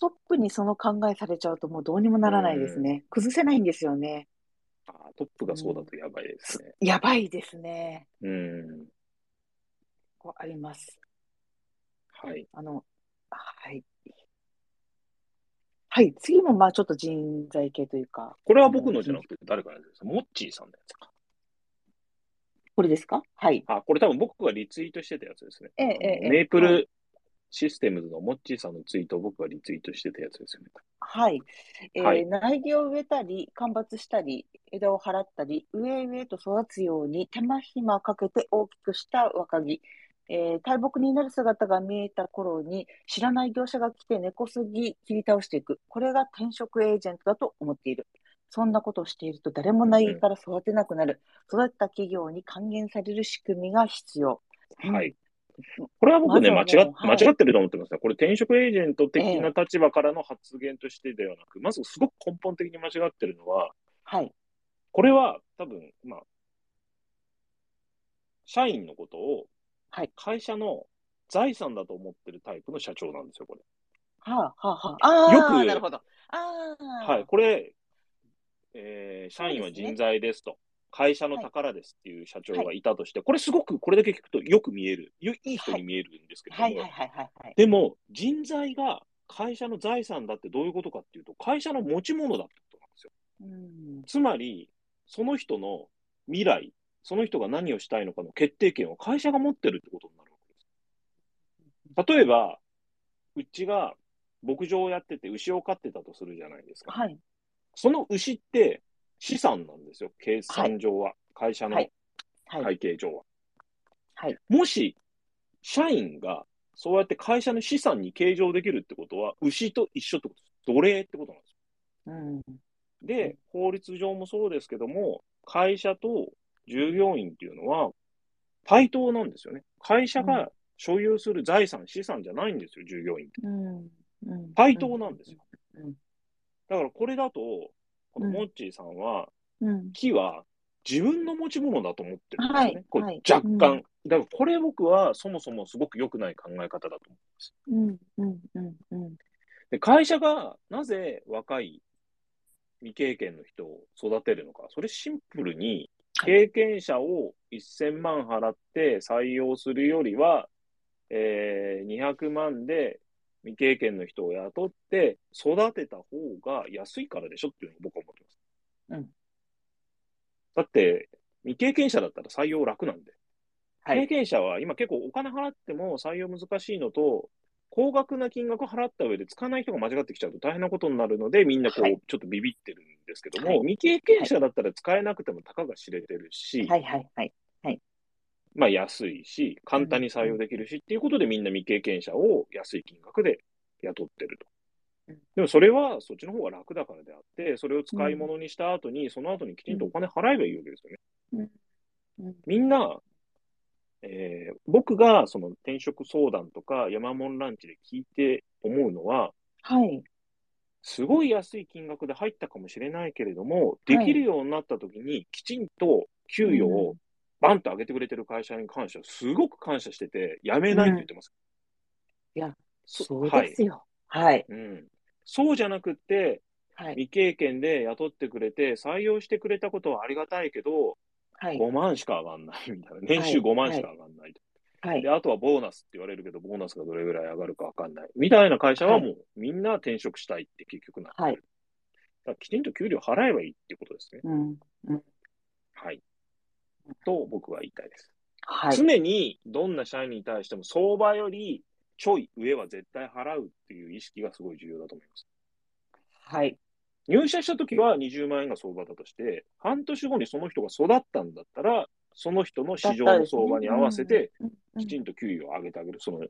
Speaker 2: トップにその考えされちゃうともうどうにもならないですね。崩せないんですよね。
Speaker 1: あートップがそうだとやばいですね。
Speaker 2: やばいですね。
Speaker 1: うん。
Speaker 2: こうあります。
Speaker 1: はい。
Speaker 2: あの、はい。はい。次もまあちょっと人材系というか、
Speaker 1: これは僕のじゃなくて誰かのやつです。モッチーさんのやつか。
Speaker 2: これですかはい。
Speaker 1: あ、これ多分僕がリツイートしてたやつですね。
Speaker 2: ええええええ
Speaker 1: メイプ
Speaker 2: は
Speaker 1: ルシステムズのモッチーさんのツイートを僕がリツイートしてたやつですよね。
Speaker 2: はい。えー
Speaker 1: はい
Speaker 2: 苗木を植えたり、間伐したり、枝を払ったり、上へ上へと育つように手間暇かけて大きくした若木。えー大木になる姿が見えた頃に知らない業者が来て根こそぎ切り倒していく。これが転職エージェントだと思っている。そんなことをしていると誰も苗木から育てなくなる。育った企業に還元される仕組みが必要。うん
Speaker 1: はい。これは僕ね、間
Speaker 2: ま
Speaker 1: 違
Speaker 2: ずは
Speaker 1: っ
Speaker 2: もう
Speaker 1: 間
Speaker 2: はい
Speaker 1: 違ってると思ってますね。これ転職エージェント的な立場からの発言としてではなく、まずすごく根本的に間違ってるのは、
Speaker 2: はい。
Speaker 1: これは多分、まあ、社員のことを
Speaker 2: はい
Speaker 1: 会社の財産だと思ってるタイプの社長なんですよ、これ。
Speaker 2: はあ、はあ、はあ。あー
Speaker 1: よく
Speaker 2: なるほど。ああ。
Speaker 1: はい、これ、えー社員
Speaker 2: そ
Speaker 1: は
Speaker 2: うですね
Speaker 1: 人材ですと、会社の宝ですっていう社長がいたとして、これすごくこれだけ聞くとよく見える、よいい人に見えるんですけども、
Speaker 2: はいはいはいはいはい。
Speaker 1: でも人材が会社の財産だってどういうことかっていうと、会社の持ち物だってことなんですよ。
Speaker 2: うん
Speaker 1: つまり、その人の未来、その人が何をしたいのかの決定権を会社が持ってるってことになるわけです。例えば、うちが牧場をやってて牛を飼ってたとするじゃないですか。
Speaker 2: はい。
Speaker 1: その牛って資産なんですよ、計算上は、会社の
Speaker 2: はいはい。
Speaker 1: 会計上は。
Speaker 2: はい
Speaker 1: もし、社員がそうやって会社の資産に計上できるってことは、牛と一緒ってことです。奴隷ってことなんですよ。
Speaker 2: うん。
Speaker 1: で、法律上もそうですけども、会社と従業員っていうのは、対等なんですよね。会社が所有する財産、資産じゃないんですよ、従業員って。
Speaker 2: うん。うん
Speaker 1: 対等なんですよ。。
Speaker 2: うん
Speaker 1: だからこれだと、この
Speaker 2: うん
Speaker 1: モッチーさんは、
Speaker 2: うん。
Speaker 1: 木は自分の持ち物だと思ってるんですよね。
Speaker 2: はい
Speaker 1: これ
Speaker 2: はい
Speaker 1: 若干、
Speaker 2: う
Speaker 1: だからこれ僕はそもそもすごく良くない考え方だと思うんです。
Speaker 2: うん。うん。うん。うん。
Speaker 1: で会社がなぜ若い未経験の人を育てるのか、それシンプルに経験者を1000万払って採用するよりは、えー200万で未経験の人を雇って育てた方が安いからでしょっていうのを僕は思ってます。
Speaker 2: うん
Speaker 1: だって、未経験者だったら採用楽なんで。
Speaker 2: は
Speaker 1: 経
Speaker 2: い。
Speaker 1: 験者は今結構お金払っても採用難しいのと、高額な金額払った上で使わない人が間違ってきちゃうと大変なことになるので、みんなこ
Speaker 2: は
Speaker 1: う
Speaker 2: い、
Speaker 1: ちょっとビビってるんですけども、
Speaker 2: はい
Speaker 1: 未経験者だったら使えなくてもたかが知れてるし、
Speaker 2: はいはいはい。
Speaker 1: まあ安いし、簡単に採用できるしっていうことでみんな未経験者を安い金額で雇ってると
Speaker 2: うん。
Speaker 1: でもそれはそっちの方が楽だからであって、それを使い物にした後に、その後にきちんとお金払えばいいわけですよね。
Speaker 2: うん
Speaker 1: みんな、えー僕がその転職相談とか山門ランチで聞いて思うのは、
Speaker 2: はい。
Speaker 1: すごい安い金額で入ったかもしれないけれども、
Speaker 2: は
Speaker 1: で
Speaker 2: い
Speaker 1: きるようになった時に、きちんと給与
Speaker 2: う
Speaker 1: をバンと上げてくれてる会社に感謝、すごく感謝してて、辞めないって言ってます。
Speaker 2: いや、
Speaker 1: そ
Speaker 2: そうですよ。はい。
Speaker 1: はいうん、そうじゃなくって、
Speaker 2: はい。
Speaker 1: 未経験で雇ってくれて、採用してくれたことはありがたいけど、
Speaker 2: はい。
Speaker 1: 5万しか上がんないみたいな。年収5万しか上がんないと。
Speaker 2: はい
Speaker 1: で、。あとはボーナスって言われるけど、ボーナスがどれぐらい上がるかわかんない。みたいな会社はもうみんな転職したいって結局なってる。
Speaker 2: はい
Speaker 1: だからきちんと給料払えばいいってことですね。
Speaker 2: うん。うん
Speaker 1: はい。と僕は言いたいです。
Speaker 2: はい。
Speaker 1: 常にどんな社員に対しても相場よりちょい上は絶対払うっていう意識がすごい重要だと思います。
Speaker 2: はい。
Speaker 1: 入社した時は20万円が相場だとして、半年後にその人が育ったんだったら、その人の市場の相場に合わせて、
Speaker 2: うん、
Speaker 1: きちんと給与を上げてあげる、その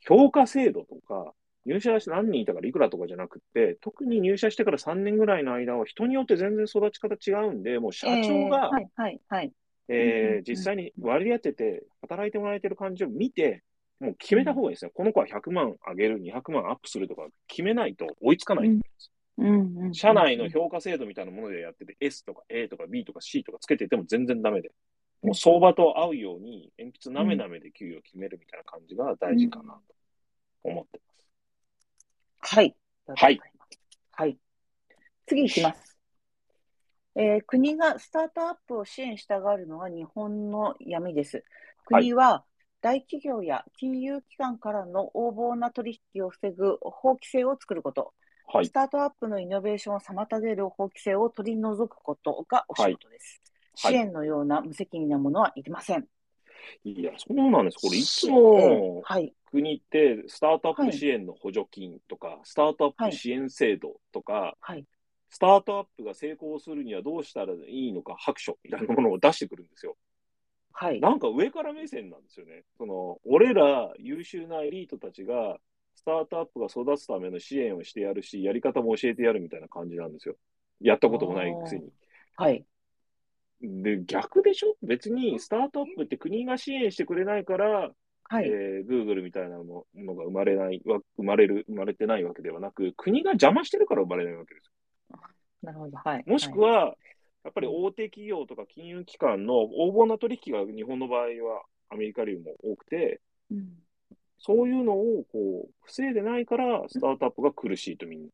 Speaker 1: 評価制度とか、入社して何人いたからいくらとかじゃなくて、特に入社してから3年ぐらいの間は人によって全然育ち方違うんで、もう社長が、
Speaker 2: えーはい、はい、はい。うんうんう
Speaker 1: え
Speaker 2: ん
Speaker 1: ー実際に割り当てて働いてもらえてる感じを見て、もう決めた方がいいですね。この子は100万上げる、200万アップするとか決めないと追いつかないと思います。
Speaker 2: うん、うん。
Speaker 1: 社内の評価制度みたいなものでやってて、S とか A とか B とか C とかつけてても全然ダメで、もう相場と合うように鉛筆なめなめで給与を決めるみたいな感じが大事かなと思ってます。
Speaker 2: はい。
Speaker 1: はい。
Speaker 2: はい。次いきます。えー国がスタートアップを支援したがるのが日本の闇です。国は大企業や金融機関からの横暴な取引を防ぐ法規制を作ること、
Speaker 1: はい
Speaker 2: ス。タートアップのイノベーションを妨げる法規制を取り除くことがお仕事です。
Speaker 1: はい
Speaker 2: 支援のような無責任なものはいりません。
Speaker 1: いや、そうなんです。これいつ
Speaker 2: えー
Speaker 1: も
Speaker 2: はい。
Speaker 1: 国ってスタートアッ
Speaker 2: は
Speaker 1: プ
Speaker 2: い
Speaker 1: 支援の補助金とか、スタートアップ支援制度とか、
Speaker 2: はい。
Speaker 1: スタートアップが成功するにはどうしたらいいのか白書みたいなものを出してくるんですよ。
Speaker 2: はい。
Speaker 1: なんか上から目線なんですよね。その、俺ら優秀なエリートたちが、スタートアップが育つための支援をしてやるし、やり方も教えてやるみたいな感じなんですよ。やったこともないくせに。
Speaker 2: はい。
Speaker 1: で、逆でしょ別にスタートアップって国が支援してくれないから、
Speaker 2: はい。
Speaker 1: えー、Google みたいなものが生まれないわ、生まれる、生まれてないわけではなく、国が邪魔してるから生まれないわけです。
Speaker 2: なるほど。はい。
Speaker 1: もしく
Speaker 2: は
Speaker 1: は、やっぱり大手企業とか金融機関の横暴な取引が日本の場合はアメリカよりも多くて、
Speaker 2: い、うん
Speaker 1: そういうのをこう防いでないから、スタートアップが苦しいとみんな。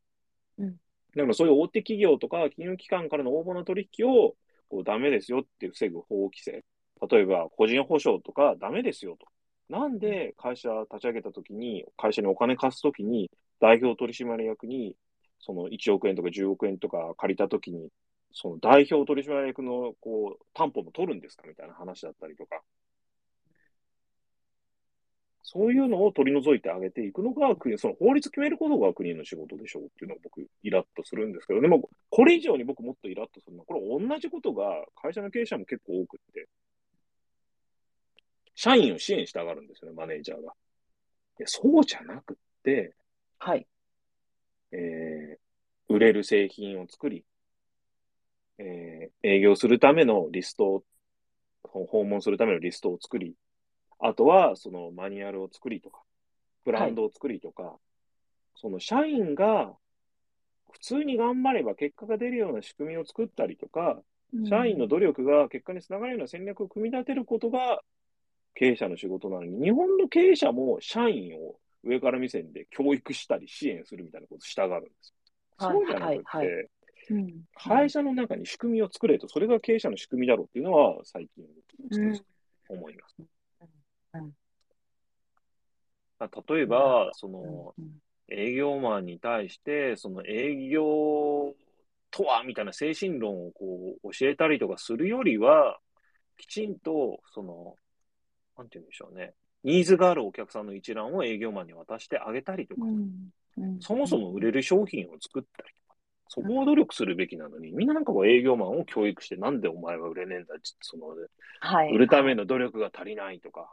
Speaker 2: うん
Speaker 1: だからそういう大手企業とか金融機関からの横暴な取引をこうダメですよって防ぐ法規制。例えば、個人保証とかダメですよと。なんで会社立ち上げたときに、会社にお金貸すときに、代表取締役に、その1億円とか10億円とか借りたときに、その代表取締役のこう担保も取るんですかみたいな話だったりとか。そういうのを取り除いてあげていくのが国、その法律決めることが国の仕事でしょうっていうのを僕、イラッとするんですけど、でも、これ以上に僕もっとイラッとするのは、これ同じことが会社の経営者も結構多くって、社員を支援したがるんですよね、マネージャーが。いや、そうじゃなくって、
Speaker 2: はい。
Speaker 1: えー売れる製品を作り、えー営業するためのリストを、ほ訪問するためのリストを作り、あとはそのマニュアルを作りとか、ブランドを作りとか、その社員が普通に頑張れば結果が出るような仕組みを作ったりとか、社員の努力が結果につながるような戦略を組み立てることが経営者の仕事なのに、日本の経営者も社員を上から目線で教育したり支援するみたいなことをしたがるんです。
Speaker 2: はい
Speaker 1: そうじゃなくて、
Speaker 2: はいうん、
Speaker 1: 会社の中に仕組みを作れと、それが経営者の仕組みだろうっていうのは最近
Speaker 2: うん
Speaker 1: 思います。
Speaker 2: うん
Speaker 1: まあ例えば、その
Speaker 2: うん
Speaker 1: 営業マンに対して、その営業とはみたいな精神論をこう教えたりとかするよりは、きちんと、その、なんて言うんでしょうね、ニーズがあるお客さんの一覧を営業マンに渡してあげたりとか、そもそも売れる商品を作ったりとか、そこを努力するべきなのに、みんななんかこう営業マンを教育して、なんでお前は売れねえんだ、ちその、
Speaker 2: はい、
Speaker 1: 売るための努力が足りないとか、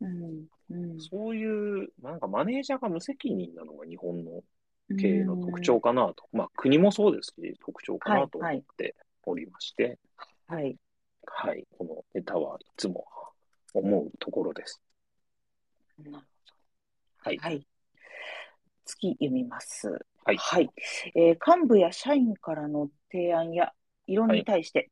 Speaker 2: うんうん
Speaker 1: そういう、なんかマネージャーが無責任なのが日本の経営の特徴かなと、まあ国もそうですけど、特徴かなと
Speaker 2: はい
Speaker 1: 思
Speaker 2: はい
Speaker 1: っておりまして、
Speaker 2: うんはい。
Speaker 1: はい、このネタはいつも思うところです。
Speaker 2: なるほど
Speaker 1: はい
Speaker 2: はい。次読みます。
Speaker 1: はい。
Speaker 2: はい、えー幹部や社員からの提案や異論に対して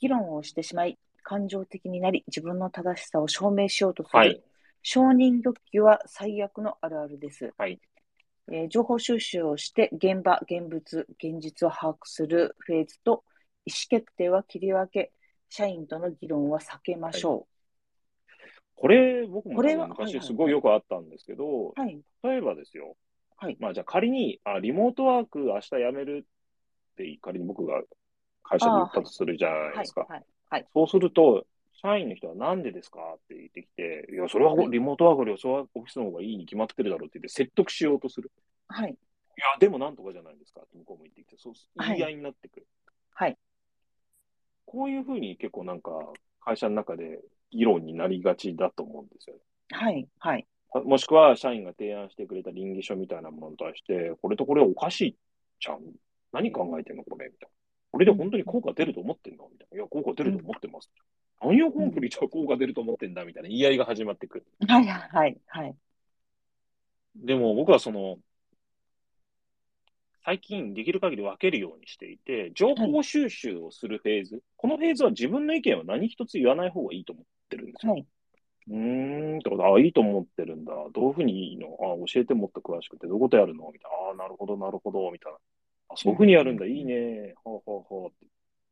Speaker 2: 議論をしてしまい、感情的になり、自分の正しさを証明しようとする、
Speaker 1: はい。
Speaker 2: 承認欲求は最悪のあるあるです、
Speaker 1: はい
Speaker 2: えー情報収集をして、現場、現物、現実を把握するフェーズと、意思決定は切り分け、社員との議論は避けましょ
Speaker 1: これ、僕も
Speaker 2: これははいは
Speaker 1: 昔
Speaker 2: い
Speaker 1: すごいよくあったんですけど、
Speaker 2: う。はい、
Speaker 1: 例えばですよ、
Speaker 2: はい、
Speaker 1: まあじゃあ仮に、あ、リモートワーク明日辞めるって仮に僕が会社に言ったとするじゃない
Speaker 2: は
Speaker 1: で
Speaker 2: い
Speaker 1: すか。、
Speaker 2: はい、はい、
Speaker 1: そうすると、社員の人はなんでですかって言ってきて、いや、それはリモートワークよりそれはオフィスの方がいいに決まってるだろうって言って説得しようとする。
Speaker 2: はい、
Speaker 1: いや、でもなんとかじゃないですかって向こうも言ってきて、そう
Speaker 2: はい
Speaker 1: 言い合いになってくる。
Speaker 2: はい。
Speaker 1: こういうふうに結構なんか会社の中で議論になりがちだと思うんですよね。
Speaker 2: はい、はい、
Speaker 1: あもしくは社員が提案してくれた倫理書みたいなものに対して、これとこれおかしいじゃん。何考えてんのこれみたいな。これで本当に効果出ると思ってんのみたいな。いや、効果出ると思ってます。何を根拠にじゃあ効果出ると思ってんだみたいな言い合いが始まってくる。
Speaker 2: はい、はい、はい、
Speaker 1: でも僕はその、最近できる限り分けるようにしていて、情報収集をするフェーズ、このフェーズは自分の意見を何一つ言わない方がいいと思ってるんですよ。
Speaker 2: はい、
Speaker 1: うーんってこと、あ、いいと思ってるんだ。どういうふうにいいのあ、教えてもっと詳しくて、どういうことやるのみたいな。あ、なるほど、なるほど、みたいな。あ、そういうふうにやるんだ、
Speaker 2: うん
Speaker 1: いいね。ほうほうほうって。っ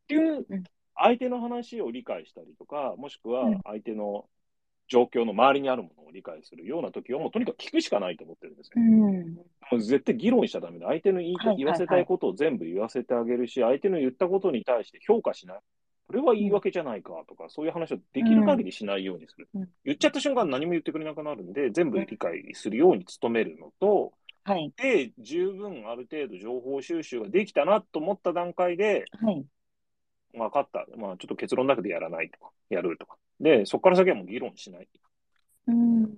Speaker 1: ていう
Speaker 2: うん、
Speaker 1: 相手の話を理解したりとか、もしくは
Speaker 2: うん
Speaker 1: 相手の状況の周りにあるものを理解するような時は、もうとにかく聞くしかないと思ってるんですよ。
Speaker 2: うん、
Speaker 1: もう絶対議論しちゃダメだ。相手の言いた
Speaker 2: はい
Speaker 1: 言わせたいことを全部言わせてあげるし、相手の言ったことに対して評価しない。これは言い訳じゃないかとか、そういう話をできる限りしないようにする。
Speaker 2: うん
Speaker 1: 言っちゃった瞬間何も言ってくれなくなるんで、全部理解するように努めるのと、
Speaker 2: はい、
Speaker 1: で、十分ある程度情報収集ができたなと思った段階で、
Speaker 2: はい、
Speaker 1: 分かった。まあちょっと結論だけでやらないとか、やるとか。で、そこから先はもう議論しない。
Speaker 2: うん、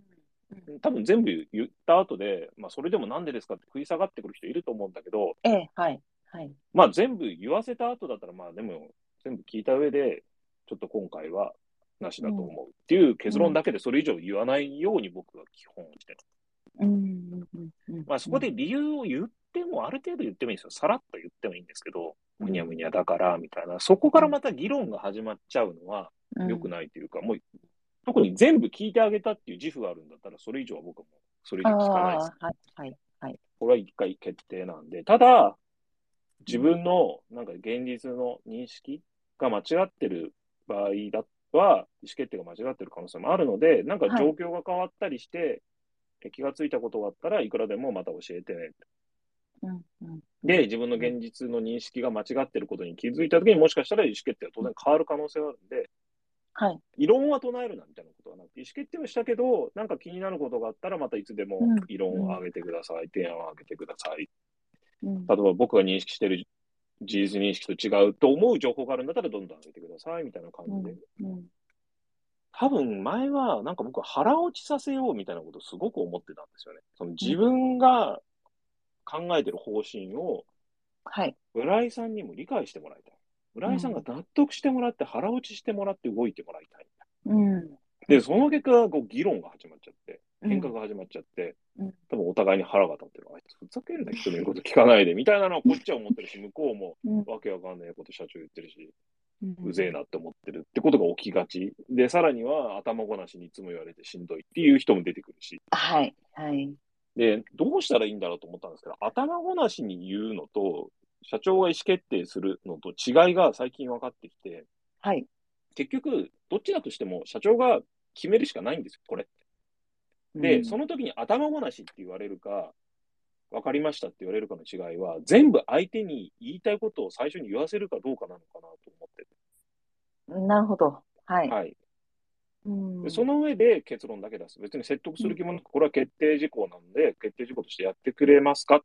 Speaker 1: 多分全部言った後で、まあそれでもなんでですかって食い下がってくる人いると思うんだけど、
Speaker 2: ええ、はい、はい、
Speaker 1: まあ全部言わせた後だったら、まあでも全部聞いた上で、ちょっと今回はなしだと思うっていう結論だけでそれ以上言わないように僕は基本してる。
Speaker 2: うん、うん、うん、
Speaker 1: まあそこで理由を言っても、ある程度言ってもいいんですよ。さらっと言ってもいいんですけど、むにゃむにゃだからみたいな、そこからまた議論が始まっちゃうのは
Speaker 2: うん、
Speaker 1: 良く
Speaker 2: い。
Speaker 1: ないというか、もう特に全部聞いてあげたっていう自負があるんだったら、それ以上は僕はもうそれ以
Speaker 2: あ
Speaker 1: 上聞かないです
Speaker 2: あ、。はい、はい、
Speaker 1: これは一回決定なんで、ただ、自分のなんか現実の認識が間違ってる場合だは、意思決定が間違ってる可能性もあるので、なんか
Speaker 2: はい
Speaker 1: 状況が変わったりして、え気がついたことがあったらいくらでもまた教えてね。
Speaker 2: うん、うん、
Speaker 1: で、自分の現実の認識が間違ってることに気づいたときにもしかしたら意思決定は当然変わる可能性があるんで、
Speaker 2: はい、
Speaker 1: 異論は唱えるなみたいなことはなくて、意思決定はしたけど、なんか気になることがあったらまたいつでも
Speaker 2: うん
Speaker 1: 異論を上げてください、提案を上げてください
Speaker 2: うん、
Speaker 1: 例えば僕が認識してる事実認識と違うと思う情報があるんだったらどんどん上げてくださいみたいな感じで。
Speaker 2: うん、
Speaker 1: 多分前はなんか僕は腹落ちさせようみたいなことをすごく思ってたんですよね。その自分が考えてる方針を
Speaker 2: はい、
Speaker 1: 村井さんにも理解してもらいたい。村井さんが納得してもらって腹落ちしてもらって動いてもらいたい。
Speaker 2: うん、
Speaker 1: で、その結果、こう議論が始まっちゃって、喧嘩が始まっちゃって
Speaker 2: うん、
Speaker 1: 多分お互いに腹が立ってる。あいつふざけんな、人の言うこと聞かないで、みたいなのはこっちは思ってるし、向こうも
Speaker 2: うん、
Speaker 1: わけわかんないこと社長言ってるし、
Speaker 2: うん、
Speaker 1: うぜえなって思ってるってことが起きがち。で、さらには頭ごなしにいつも言われてしんどいっていう人も出てくるし。
Speaker 2: はい、はい、
Speaker 1: で、どうしたらいいんだろうと思ったんですけど、頭ごなしに言うのと、社長が意思決定するのと違いが最近分かってきて、
Speaker 2: はい、
Speaker 1: 結局、どっちだとしても社長が決めるしかないんですよ、これ。で、そ
Speaker 2: の、
Speaker 1: の時に頭ごなしって言われるか、分かりましたって言われるかの違いは、全部相手に言いたいことを最初に言わせるかどうかなのかなと思って
Speaker 2: なるほど、は
Speaker 1: て。
Speaker 2: い、
Speaker 1: はい。
Speaker 2: うん、
Speaker 1: でその上で結論だけ出す。別に説得する気もなく、これは決定事項なので、決定事項としてやってくれますか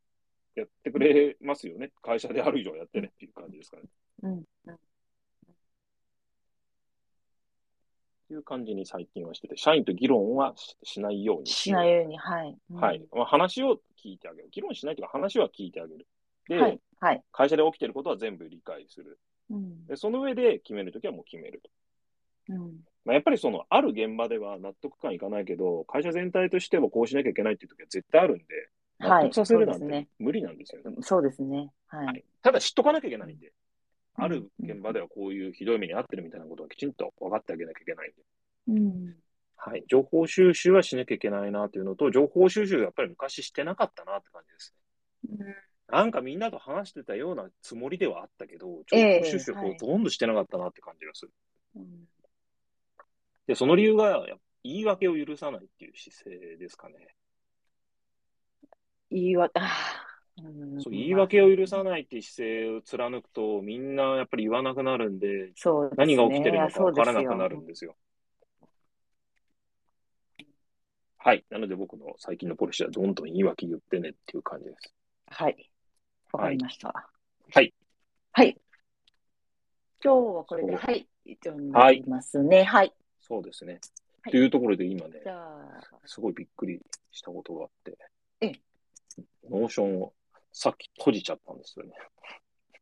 Speaker 1: やってくれますよね。会社である以上やってねっていう感じですかね。
Speaker 2: うんうん
Speaker 1: っていう感じに最近はしてて、社員と議論はししないように
Speaker 2: しないように、はい、
Speaker 1: はい。、まあ、話を聞いてあげる。議論しないというか、話は聞いてあげる。で、
Speaker 2: はい、はい、
Speaker 1: 会社で起きてることは全部理解する。
Speaker 2: うん、
Speaker 1: で、その上で決めるときはもう決めると。
Speaker 2: うん、
Speaker 1: まあ、やっぱりその、ある現場では納得感いかないけど、会社全体としてもこうしなきゃいけないっていうときは絶対あるんで、納得させるな
Speaker 2: は
Speaker 1: ん
Speaker 2: いそうですね
Speaker 1: て無理なんですよね。
Speaker 2: そうですね。はい。
Speaker 1: はいただ知っとかなきゃいけないんで、
Speaker 2: うん
Speaker 1: ある現場ではこういうひどい目に遭ってるみたいなことはきちんと分かってあげなきゃいけないんで、
Speaker 2: うん。
Speaker 1: はい、情報収集はしなきゃいけないなというのと、情報収集やっぱり昔してなかったなって感じですね。なんかみんなと話してたようなつもりではあったけど、情
Speaker 2: ええ
Speaker 1: 報収集を
Speaker 2: は
Speaker 1: ほ
Speaker 2: い
Speaker 1: とんどしてなかったなって感じがする。
Speaker 2: うん
Speaker 1: で、その理由が、やっぱ言い訳を許さないっていう姿勢ですかね。
Speaker 2: 言い訳、あーうん
Speaker 1: そう言い訳を許さないっていう姿勢を貫くと、みんなやっぱり言わなくなるんで、
Speaker 2: そうです
Speaker 1: 何
Speaker 2: ね。
Speaker 1: が起きてるのか分からなくなる
Speaker 2: あ
Speaker 1: んですよ。はい。なので僕の最近のポリシーはどんどん言い訳言ってねっていう感じです。
Speaker 2: そうですよはい。わかりました。
Speaker 1: はい。
Speaker 2: はい。今日はこれで、
Speaker 1: そう
Speaker 2: はい。以上になりますね。はい。
Speaker 1: そうですね。
Speaker 2: はい
Speaker 1: というところで今ね
Speaker 2: じ、ゃあ、
Speaker 1: すごいびっくりしたことがあって、
Speaker 2: ええ
Speaker 1: ノーションをさっき閉じちゃったんですよね。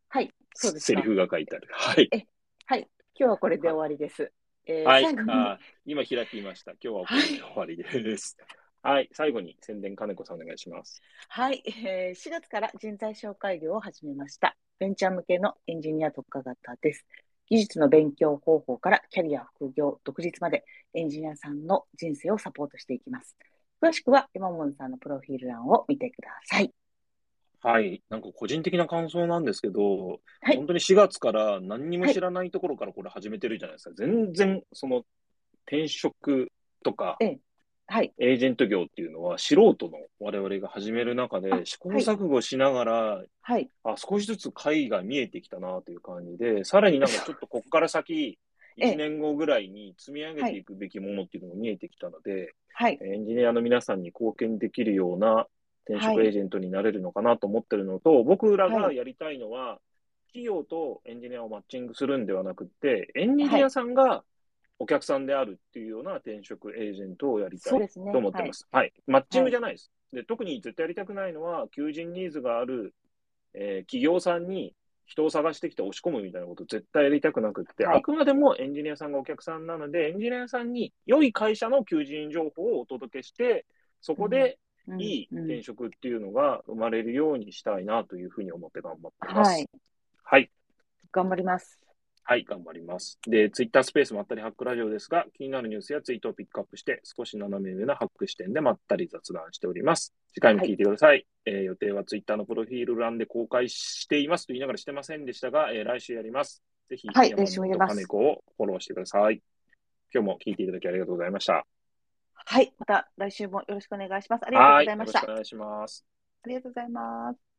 Speaker 2: はい。そうです
Speaker 1: セ
Speaker 2: か
Speaker 1: リ。フが書いてある。はい。
Speaker 2: 今日はこれで終わりです。えー
Speaker 1: はい
Speaker 2: 最後に、。
Speaker 1: あ今開きました。今日はこれで終わりです。はい。最後に宣伝金子さんお願いします。
Speaker 2: はい、えー4月から人材紹介業を始めました。ベンチャー向けのエンジニア特化型です。技術の勉強方法からキャリア、副業、独立までエンジニアさんの人生をサポートしていきます。詳しくは山本さんのプロフィール欄を見てください。
Speaker 1: はい。なんか個人的な感想なんですけど、
Speaker 2: はい
Speaker 1: 本当に4月から何にも知らないところからこれ始めてるじゃないですか。全然、その、転職とか、
Speaker 2: えはい、
Speaker 1: エージェント業っていうのは素人の我々が始める中で
Speaker 2: あ
Speaker 1: 試行錯誤しながら、
Speaker 2: はい、
Speaker 1: あ少しずつ会が見えてきたなという感じで、さらになんかちょっとこっから先、
Speaker 2: ええ
Speaker 1: 1年後ぐらいに積み上げていくべきものっていうのも見えてきたので、
Speaker 2: はい、
Speaker 1: エンジニアの皆さんに貢献できるような転職
Speaker 2: はい
Speaker 1: エージェントになれるのかなと思ってるのと、僕ら
Speaker 2: は
Speaker 1: が
Speaker 2: い
Speaker 1: やりたいのは、企業とエンジニアをマッチングするんではなくって、エンジニアさんがお客さんであるっていうような転職エージェントをやりた
Speaker 2: そう
Speaker 1: い
Speaker 2: ですね。
Speaker 1: と思ってます。はい。マッチングじゃないです。で、特に絶対やりたくないのは、求人ニーズがある、えー企業さんに人を探してきて押し込むみたいなこと絶対やりたくなくって、
Speaker 2: はい
Speaker 1: あくまでもエンジニアさんがお客さんなので、エンジニアさんに良い会社の求人情報をお届けして、そこで
Speaker 2: はい、
Speaker 1: いい
Speaker 2: うんうん
Speaker 1: 転職っていうのが生まれるようにしたいなというふうに思って頑張ってます。
Speaker 2: はい、
Speaker 1: はい
Speaker 2: 頑張ります。
Speaker 1: はい、頑張ります。で、ツイッタースペースまったりハックラジオですが、気になるニュースやツイートをピックアップして、少し斜め上なハック視点でまったり雑談しております。次回も聞いてください。えー予定はツイッターのプロフィール欄で公開していますと言いながらしてませんでしたが、えー来週やります。ぜひ、
Speaker 2: はい
Speaker 1: 山
Speaker 2: 来週もやり
Speaker 1: 本
Speaker 2: ます
Speaker 1: 金子をフォローしてください。今日も聞いていただきありがとうございました。
Speaker 2: はい、また来週もよろしくお願いします。あ
Speaker 1: あ
Speaker 2: りがとうございました。
Speaker 1: よろしくお
Speaker 2: あ
Speaker 1: 願いします。
Speaker 2: りがとうございます。